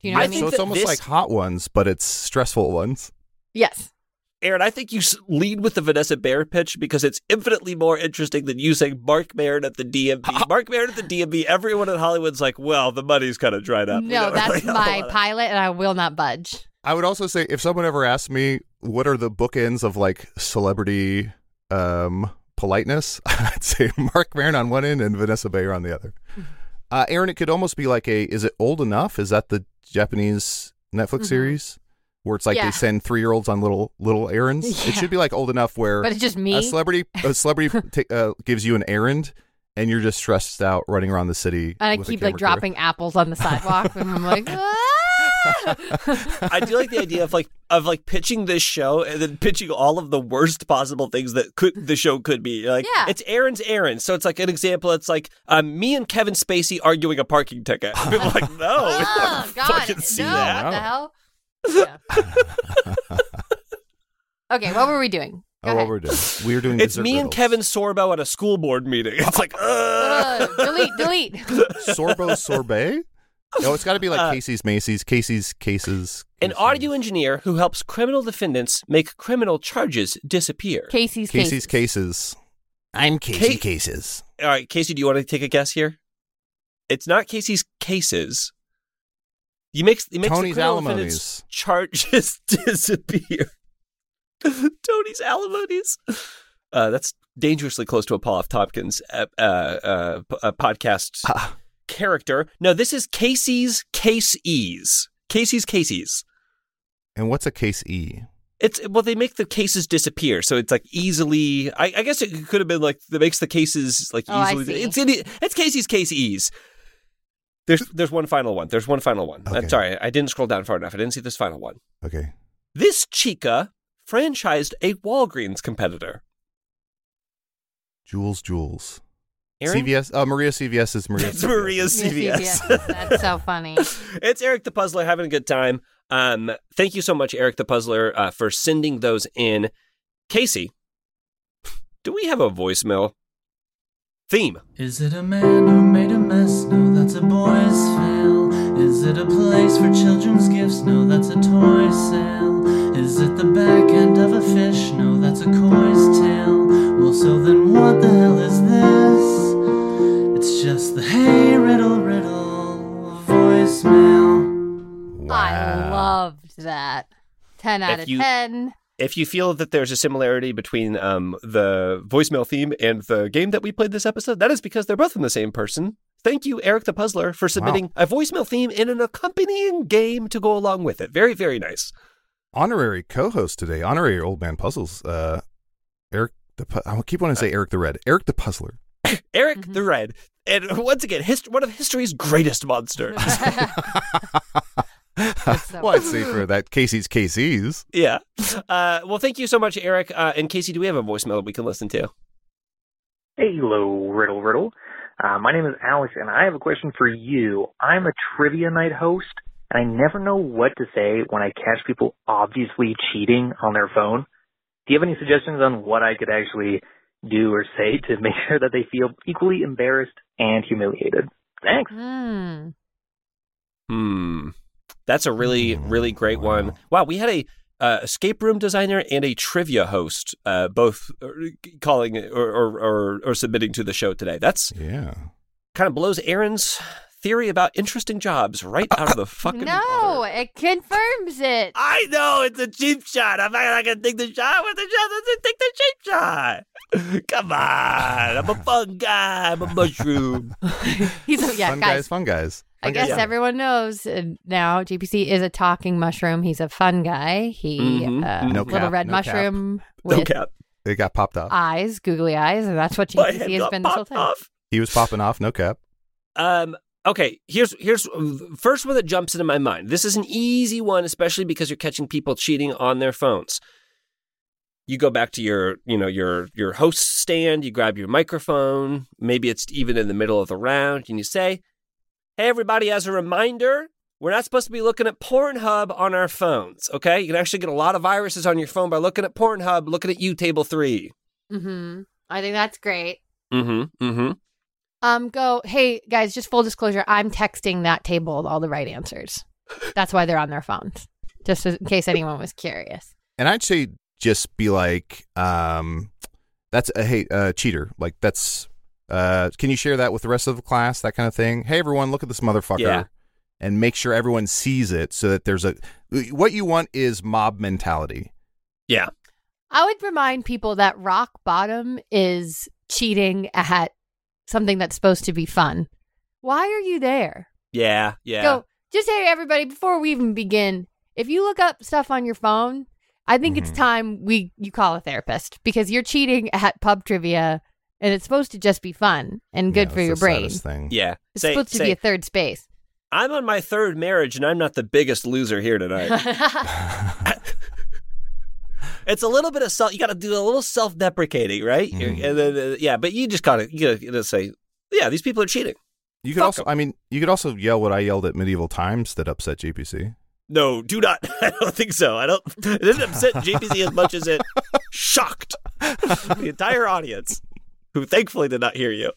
Speaker 2: Do you know what
Speaker 4: I
Speaker 2: I
Speaker 4: think
Speaker 2: mean?
Speaker 3: so it's
Speaker 4: that
Speaker 3: almost
Speaker 4: this-
Speaker 3: like hot ones, but it's stressful ones.
Speaker 2: Yes.
Speaker 4: Aaron, I think you s- lead with the Vanessa Bayer pitch because it's infinitely more interesting than you saying Mark Maron at the DMV. Mark Maron at the DMV, everyone in Hollywood's like, well, the money's kind of dried up. We
Speaker 2: no,
Speaker 4: <laughs> don't
Speaker 2: that's
Speaker 4: really know
Speaker 2: my
Speaker 4: about it."
Speaker 2: pilot, and I will not budge.
Speaker 3: I would also say if someone ever asked me what are the bookends of like celebrity um, politeness, <laughs> I'd say Mark Maron on one end and Vanessa Bayer on the other.
Speaker 2: Mm-hmm.
Speaker 3: Uh, Aaron, it could almost be like a is it old enough? Is that the Japanese Netflix series where it's like
Speaker 2: Mm-hmm. Yeah.
Speaker 3: they send three year olds on little little
Speaker 2: <laughs>
Speaker 3: errands? It
Speaker 2: Yeah.
Speaker 3: should be like old enough where
Speaker 2: But it's just me.
Speaker 3: a celebrity
Speaker 2: <laughs>
Speaker 3: a celebrity ta- uh, gives you an errand and you're just stressed out running around the city.
Speaker 2: and I
Speaker 3: with a
Speaker 2: keep like
Speaker 3: camera crew.
Speaker 2: dropping apples on the sidewalk, and I'm like, "Ah!"
Speaker 4: I do like the idea of like of like pitching this show and then pitching all of the worst possible things that could the show could be. You're Like
Speaker 2: Yeah.
Speaker 4: it's Aaron's errand. So it's like an example, it's like um, me and Kevin Spacey arguing a parking ticket. People are like, no, <laughs> we don't
Speaker 2: oh, God,
Speaker 4: fucking see
Speaker 2: no,
Speaker 4: that.
Speaker 2: what the hell? Yeah. okay, what were we doing? Go
Speaker 3: Oh, what
Speaker 2: ahead.
Speaker 3: we're
Speaker 2: <laughs>
Speaker 3: doing? We're doing.
Speaker 4: It's
Speaker 3: dessert
Speaker 4: me and
Speaker 3: riddles.
Speaker 4: Kevin Sorbo at a school board meeting. It's like,
Speaker 2: Uh,
Speaker 4: ugh.
Speaker 2: delete, delete.
Speaker 3: Sorbo sorbet? No, it's got to be like Casey's Macy's, Casey's cases.
Speaker 4: Uh, An
Speaker 3: Casey's-
Speaker 4: audio engineer who helps criminal defendants make criminal charges disappear.
Speaker 2: Casey's Casey's
Speaker 3: Casey's cases. I'm
Speaker 4: Casey Ca-
Speaker 3: Cases.
Speaker 4: All right, Casey, do you want to take a guess here? It's not Casey's cases. He makes he makes
Speaker 3: Tony's
Speaker 4: the criminal
Speaker 3: alimonies.
Speaker 4: defendants' charges <laughs> disappear. <laughs> Tony's alimonies. Uh, that's dangerously close to a Paul F. Tompkins uh, uh, uh, p- uh, podcast
Speaker 3: Ah.
Speaker 4: character. No, this is Casey's case ease. Casey's cases.
Speaker 3: And what's a case E?
Speaker 4: It's well, they make the cases disappear, so it's like easily. I, I guess it could have been like that makes the cases like
Speaker 2: Oh, I
Speaker 4: easily.
Speaker 2: see.
Speaker 4: It's in, it's Casey's case ease. There's there's one final one. There's one final one.
Speaker 3: Okay.
Speaker 4: I'm sorry, I didn't scroll down far enough. I didn't see this final one.
Speaker 3: Okay.
Speaker 4: This chica franchised a Walgreens competitor.
Speaker 3: Jules Jules.
Speaker 4: Aaron?
Speaker 3: CVS. Uh, Maria CVS is Maria.
Speaker 4: It's Maria
Speaker 2: <laughs>
Speaker 4: CVS.
Speaker 2: That's so funny.
Speaker 4: it's Eric the Puzzler having a good time. Um, thank you so much, Eric the Puzzler, uh, for sending those in. Casey, do we have a voicemail theme?
Speaker 6: Is it a man who made a mess? No, that's a boy's fail. Is it a place for children's gifts? No, that's a toy sale. Is it the back end of a fish? No, that's a coy's tail. Well, so then what the hell is this? It's just the hey riddle riddle voicemail.
Speaker 3: Wow.
Speaker 2: I loved that. 10 out
Speaker 4: If
Speaker 2: of
Speaker 4: you-
Speaker 2: 10.
Speaker 4: if you feel that there's a similarity between um, the voicemail theme and the game that we played this episode, that is because they're both from the same person. Thank you, Eric the Puzzler, for submitting a voicemail theme and an accompanying game to go along with it. Very, very nice.
Speaker 3: Honorary co-host today. Honorary old man puzzles. Uh, Eric the. Pu- I keep wanting to say Eric the Red. Eric
Speaker 2: <laughs>
Speaker 3: the Puzzler. <laughs>
Speaker 4: Eric the Red, and once again, hist- one of history's greatest monsters.
Speaker 2: so- <laughs>
Speaker 3: well, I'd say for that Casey's Casey's.
Speaker 4: yeah. Uh, well, thank you so much, Eric. Uh, and Casey, do we have a voicemail we can listen to?
Speaker 7: Hello, Riddle Riddle. Uh, my name is Alex, and I have a question for you. I'm a trivia night host, and I never know what to say when I catch people obviously cheating on their phone. Do you have any suggestions on what I could actually do or say to <laughs> make sure that they feel equally embarrassed and humiliated? Thanks.
Speaker 2: Mm.
Speaker 4: Hmm. That's a really, really great one. Hmm. Wow, we had a uh, escape room designer and a trivia host uh, both uh, calling or, or, or, or submitting to the show today. That's
Speaker 3: Yeah.
Speaker 4: kind of blows Aaron's theory about interesting jobs right out of <laughs> the fucking
Speaker 2: No,
Speaker 4: water.
Speaker 2: it confirms it.
Speaker 4: I know it's a cheap shot. I'm not gonna take the shot with the shot. Let's take the cheap shot. Come on, I'm a fun guy. I'm a mushroom.
Speaker 2: He's a, yeah,
Speaker 3: fun
Speaker 2: guys.
Speaker 3: guys. Fun guys.
Speaker 2: I
Speaker 3: Fun
Speaker 2: guess
Speaker 3: guys.
Speaker 2: everyone knows uh, now JPC is a talking mushroom. He's a fun guy. He
Speaker 4: Mhm.
Speaker 2: uh,
Speaker 3: Mm-hmm. No
Speaker 2: little
Speaker 3: cap,
Speaker 2: red
Speaker 3: no cap.
Speaker 2: mushroom with
Speaker 4: no cap.
Speaker 3: It got popped off.
Speaker 2: eyes, googly eyes, and that's what
Speaker 4: My head
Speaker 2: JPC has
Speaker 4: got
Speaker 2: been this whole
Speaker 4: popped
Speaker 2: time.
Speaker 4: off.
Speaker 3: He was popping off. No cap.
Speaker 4: Um, okay, here's here's first one that jumps into my mind. This is an easy one, especially because you're catching people cheating on their phones. You go back to your, you know, your your host stand. You grab your microphone. Maybe it's even in the middle of the round, and you say, "Hey, everybody! As a reminder, we're not supposed to be looking at Pornhub on our phones. Okay, you can actually get a lot of viruses on your phone by looking at Pornhub, looking at you, table 3
Speaker 2: hmm I think that's great.
Speaker 4: Mm-hmm. Mm-hmm.
Speaker 2: Um, go. Hey guys, just full disclosure, I'm texting that table all the right answers. That's why they're on their phones, just in case anyone was curious.
Speaker 3: and I'd say just be like, um, that's a hey uh, cheater. Like that's uh, can you share that with the rest of the class? That kind of thing. Hey everyone, look at this motherfucker,
Speaker 4: Yeah.
Speaker 3: and make sure everyone sees it so that there's a what you want is mob mentality.
Speaker 4: Yeah.
Speaker 2: I would remind people that rock bottom is cheating at something that's supposed to be fun. Why are you there?
Speaker 4: Yeah. Yeah.
Speaker 2: So just hey everybody, before we even begin, if you look up stuff on your phone, I think it's
Speaker 3: Mm-hmm.
Speaker 2: time we you call a therapist because you're cheating at pub trivia and it's supposed to just be fun and good for
Speaker 3: Yeah, that's
Speaker 2: your
Speaker 3: the
Speaker 2: brain.
Speaker 3: saddest Thing.
Speaker 4: Yeah.
Speaker 2: It's
Speaker 4: say,
Speaker 2: supposed to be
Speaker 4: say,
Speaker 2: a third space.
Speaker 4: I'm on my third marriage and I'm not the biggest loser here tonight. <laughs> it's a little bit of self. You got to do a little self deprecating, right? You're-
Speaker 3: Mhm.
Speaker 4: And then, uh, yeah, but you just gotta, you gotta, you gotta say, yeah, these people are cheating.
Speaker 3: You could
Speaker 4: Fuck
Speaker 3: also,
Speaker 4: 'em.
Speaker 3: I mean, you could also yell what I yelled at medieval times that upset GPC.
Speaker 4: No, do not. <laughs> I don't think so. I don't. <laughs> It didn't upset JPC as much as it shocked <laughs> the entire audience, who thankfully did not hear you.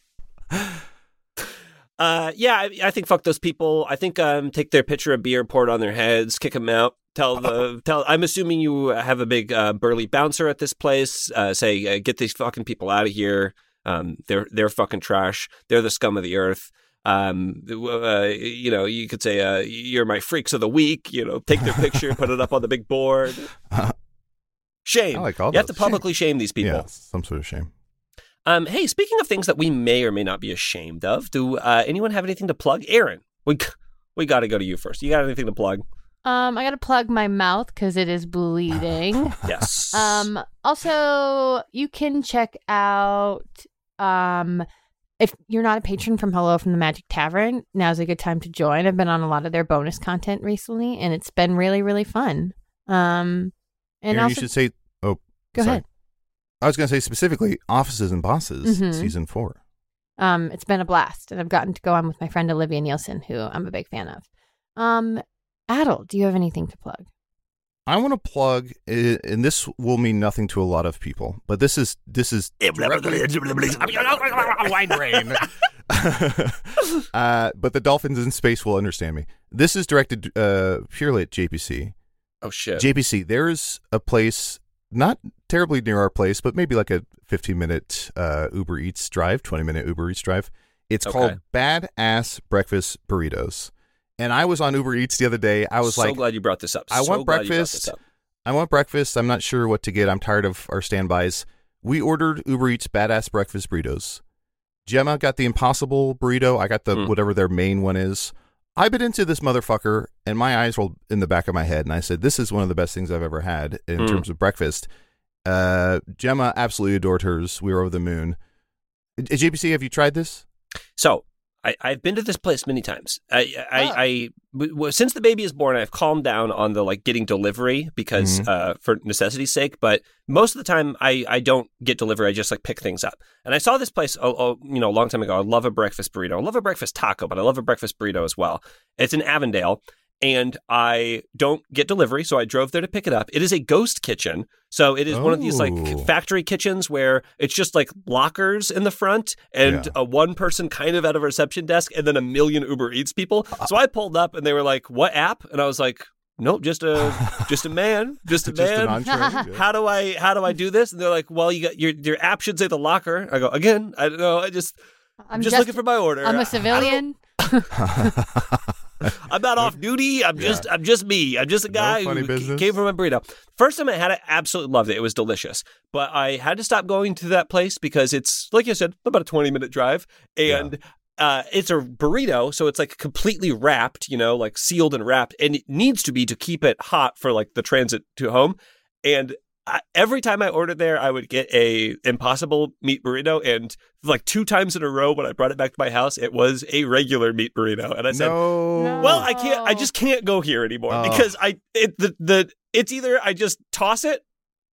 Speaker 4: Uh, yeah, I, I think fuck those people. I think um, take their pitcher of beer, pour it on their heads, kick them out. Tell
Speaker 3: <laughs>
Speaker 4: the tell. I'm assuming you have a big uh, burly bouncer at this place. Uh, say, uh, get these fucking people out of here. Um, they're they're fucking trash. They're the scum of the earth um uh, you know you could say uh, you're my freaks of the week you know take their picture put it up on the
Speaker 3: <laughs>
Speaker 4: big board shame
Speaker 3: I like all
Speaker 4: you have to
Speaker 3: those.
Speaker 4: publicly shame these people
Speaker 3: Yeah, some sort of shame.
Speaker 4: um hey speaking of things that we may or may not be ashamed of do uh, anyone have anything to plug aaron we we got to go to you first you got anything
Speaker 3: <laughs>
Speaker 4: to plug
Speaker 2: Um, I gotta plug my mouth because it is bleeding.
Speaker 4: yes
Speaker 2: Um, also, you can check out um, if you're not a patron from Hello from the Magic Tavern, now's a good time to join. I've been on a lot of their bonus content recently, and it's been really, really fun. Um, and
Speaker 3: Aaron,
Speaker 2: also,
Speaker 3: you should say, oh,
Speaker 2: go
Speaker 3: sorry.
Speaker 2: ahead.
Speaker 3: I was going to say specifically Offices and Bosses,
Speaker 2: Mhm.
Speaker 3: season four.
Speaker 2: Um, it's been a blast, and I've gotten to go on with my friend Olivia Nielsen, who I'm a big fan of. Um, Adel, do you have anything to plug?
Speaker 3: I want to plug, i- and this will mean nothing to a lot of people, but this is this
Speaker 4: <laughs>
Speaker 3: is wine brain. <laughs> uh, but the dolphins in space will understand me. This is directed uh, purely at JPC.
Speaker 4: oh shit
Speaker 3: JPC, there is a place not terribly near our place, but maybe like a 15 minute uh, Uber Eats drive, 20 minute Uber Eats drive. It's
Speaker 4: Okay.
Speaker 3: called Badass Breakfast Burritos. And I was on Uber Eats the other day. I was
Speaker 4: so
Speaker 3: like,
Speaker 4: glad you brought this up
Speaker 3: I want
Speaker 4: So glad you brought this
Speaker 3: breakfast.
Speaker 4: up.
Speaker 3: I want breakfast. I'm not sure what to get. I'm tired of our standbys. We ordered Uber Eats Badass Breakfast Burritos. Gemma got the Impossible burrito. I got the
Speaker 4: Mm.
Speaker 3: whatever their main one is. I bit into this motherfucker, and my eyes rolled in the back of my head, and I said, "This is one of the best things I've ever had in
Speaker 4: Mm.
Speaker 3: terms of breakfast." Uh, Gemma absolutely adored hers. We were over the moon. Uh, JPC, have you tried this?
Speaker 4: So I, I've been to this place many times. I, I, I- w- w- since the baby is born, I've calmed down on the like getting delivery because
Speaker 3: Mhm.
Speaker 4: uh, for necessity's sake. But most of the time, I, I don't get delivery. I just like pick things up. And I saw this place, oh, oh, you know, a long time ago. I love a breakfast burrito. I love a breakfast taco, but I love a breakfast burrito as well. It's in Avondale. And I don't get delivery, so I drove there to pick it up. It is a ghost kitchen, so it is one of these like
Speaker 3: Oh.
Speaker 4: factory kitchens where it's just like lockers in the front and
Speaker 3: Yeah.
Speaker 4: a one person kind of at a reception desk and then a million Uber Eats people. So I pulled up and they were like, "What app?" And I was like, "Nope,
Speaker 3: <laughs>
Speaker 4: just a just a man, just a
Speaker 3: Just an
Speaker 4: man." <laughs>
Speaker 3: entree.
Speaker 4: how do I how do I do this? And they're like, "Well, you got your your app should say the locker." I go again. I don't know. I just I'm just, looking for my order.
Speaker 2: I'm
Speaker 4: I- I
Speaker 2: a
Speaker 4: don't-
Speaker 2: civilian.
Speaker 4: I'm not off duty. I'm just I'm just me. I'm just a
Speaker 3: No
Speaker 4: guy
Speaker 3: funny
Speaker 4: who
Speaker 3: business.
Speaker 4: came from a burrito. First time I had it, absolutely loved it. It was delicious. But I had to stop going to that place because it's like you said, about a 20 minute drive, and uh, it's a burrito, so it's like completely wrapped, you know, like sealed and wrapped, and it needs to be to keep it hot for like the transit to home. And I, every time I ordered there, I would get a Impossible meat burrito, and like two times in a row when I brought it back to my house, it was a regular meat burrito, and I said.
Speaker 3: no.
Speaker 2: No.
Speaker 4: Well, I can't. I
Speaker 2: Oh.
Speaker 4: just can't go here anymore
Speaker 3: Oh.
Speaker 4: because I it the the it's either I just toss it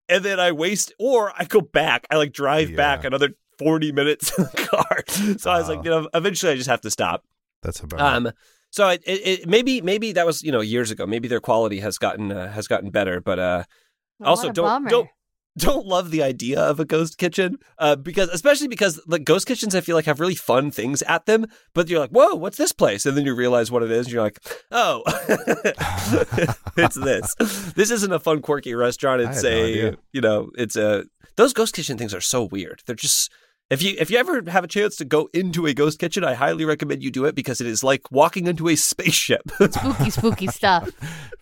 Speaker 4: and then I waste, or I go back. I like drive
Speaker 3: Yeah.
Speaker 4: back another forty minutes in the car. <laughs> So I was like,
Speaker 3: Wow. Uh-huh.
Speaker 4: you know, eventually I just have to stop.
Speaker 3: That's about.
Speaker 4: Um, so it, it, it maybe maybe that was you know years ago. Maybe their quality has gotten uh, has gotten better, but uh,
Speaker 2: What
Speaker 4: also
Speaker 2: a
Speaker 4: don't
Speaker 2: bummer.
Speaker 4: don't don't love the idea of a ghost kitchen uh, because, especially because like ghost kitchens, I feel like have really fun things at them. But you're like, whoa, what's this place? And then you realize what it is, and you're like, oh, <laughs> it's this. This isn't a fun, quirky restaurant.
Speaker 3: had
Speaker 4: It's
Speaker 3: no
Speaker 4: a
Speaker 3: idea.
Speaker 4: you know, it's a those ghost kitchen things are so weird. They're just if you if you ever have a chance to go into a ghost kitchen, I highly recommend you do it because it is like walking into a spaceship. <laughs>
Speaker 2: Spooky, spooky stuff.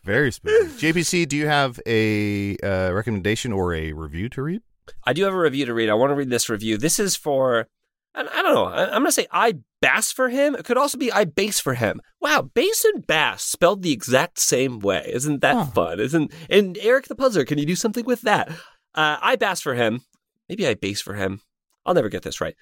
Speaker 3: Very spooky. JPC, do you have a uh, recommendation or a review to read?
Speaker 4: I do have a review to read. I want to read this review. This is for, I, I don't know. I, I'm going to say I bass for him. It could also be I base for him. Wow, base and bass spelled the exact same way. Isn't that fun? Isn't and Eric the Puzzler? Can you do something with that? Uh, I bass for him. Maybe I base for him. I'll never get this right.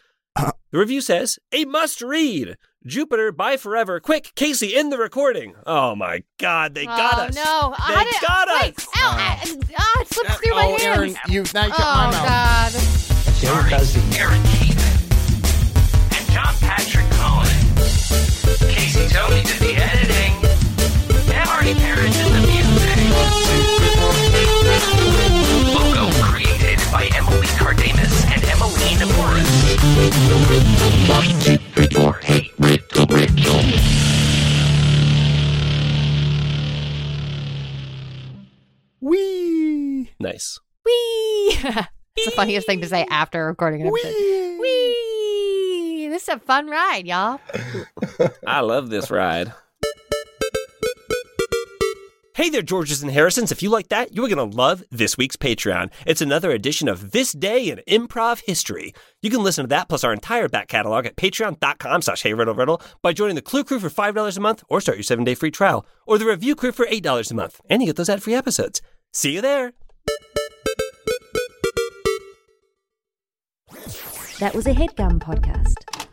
Speaker 4: The review says, a must read. Jupiter, bye forever. Quick, Casey, end the recording. Oh my God, they got
Speaker 2: oh,
Speaker 4: us.
Speaker 2: No,
Speaker 4: They
Speaker 2: How did-
Speaker 4: got us.
Speaker 2: Wait, ow, I- ah, it slipped through my
Speaker 3: oh,
Speaker 2: hands.
Speaker 3: Aaron, you've now you
Speaker 2: oh
Speaker 3: got my
Speaker 2: <laughs>
Speaker 3: mouth.
Speaker 2: God.
Speaker 5: Adele Dazeem.
Speaker 1: Aaron Keith, and John Patrick Cohen. Casey Tony did the editing, and Marty Parrish did the music. Logo created by Emily Cardamus and Emily Naporis.
Speaker 3: Wee.
Speaker 4: Nice.
Speaker 2: Wee. it's the funniest thing to say after recording an episode. Wee. This is a fun ride, y'all.
Speaker 4: I love this ride. Hey there, Georges and Harrisons. If you like that, you are going to love this week's Patreon. It's another edition of This Day in Improv History. You can listen to that plus our entire back catalog at patreon.com slash heyriddleriddle by joining the Clue Crew for $5 a month or start your 7-day free trial, or the Review Crew for $8 a month, and you get those ad-free episodes. See you there!
Speaker 8: That was a headgum podcast.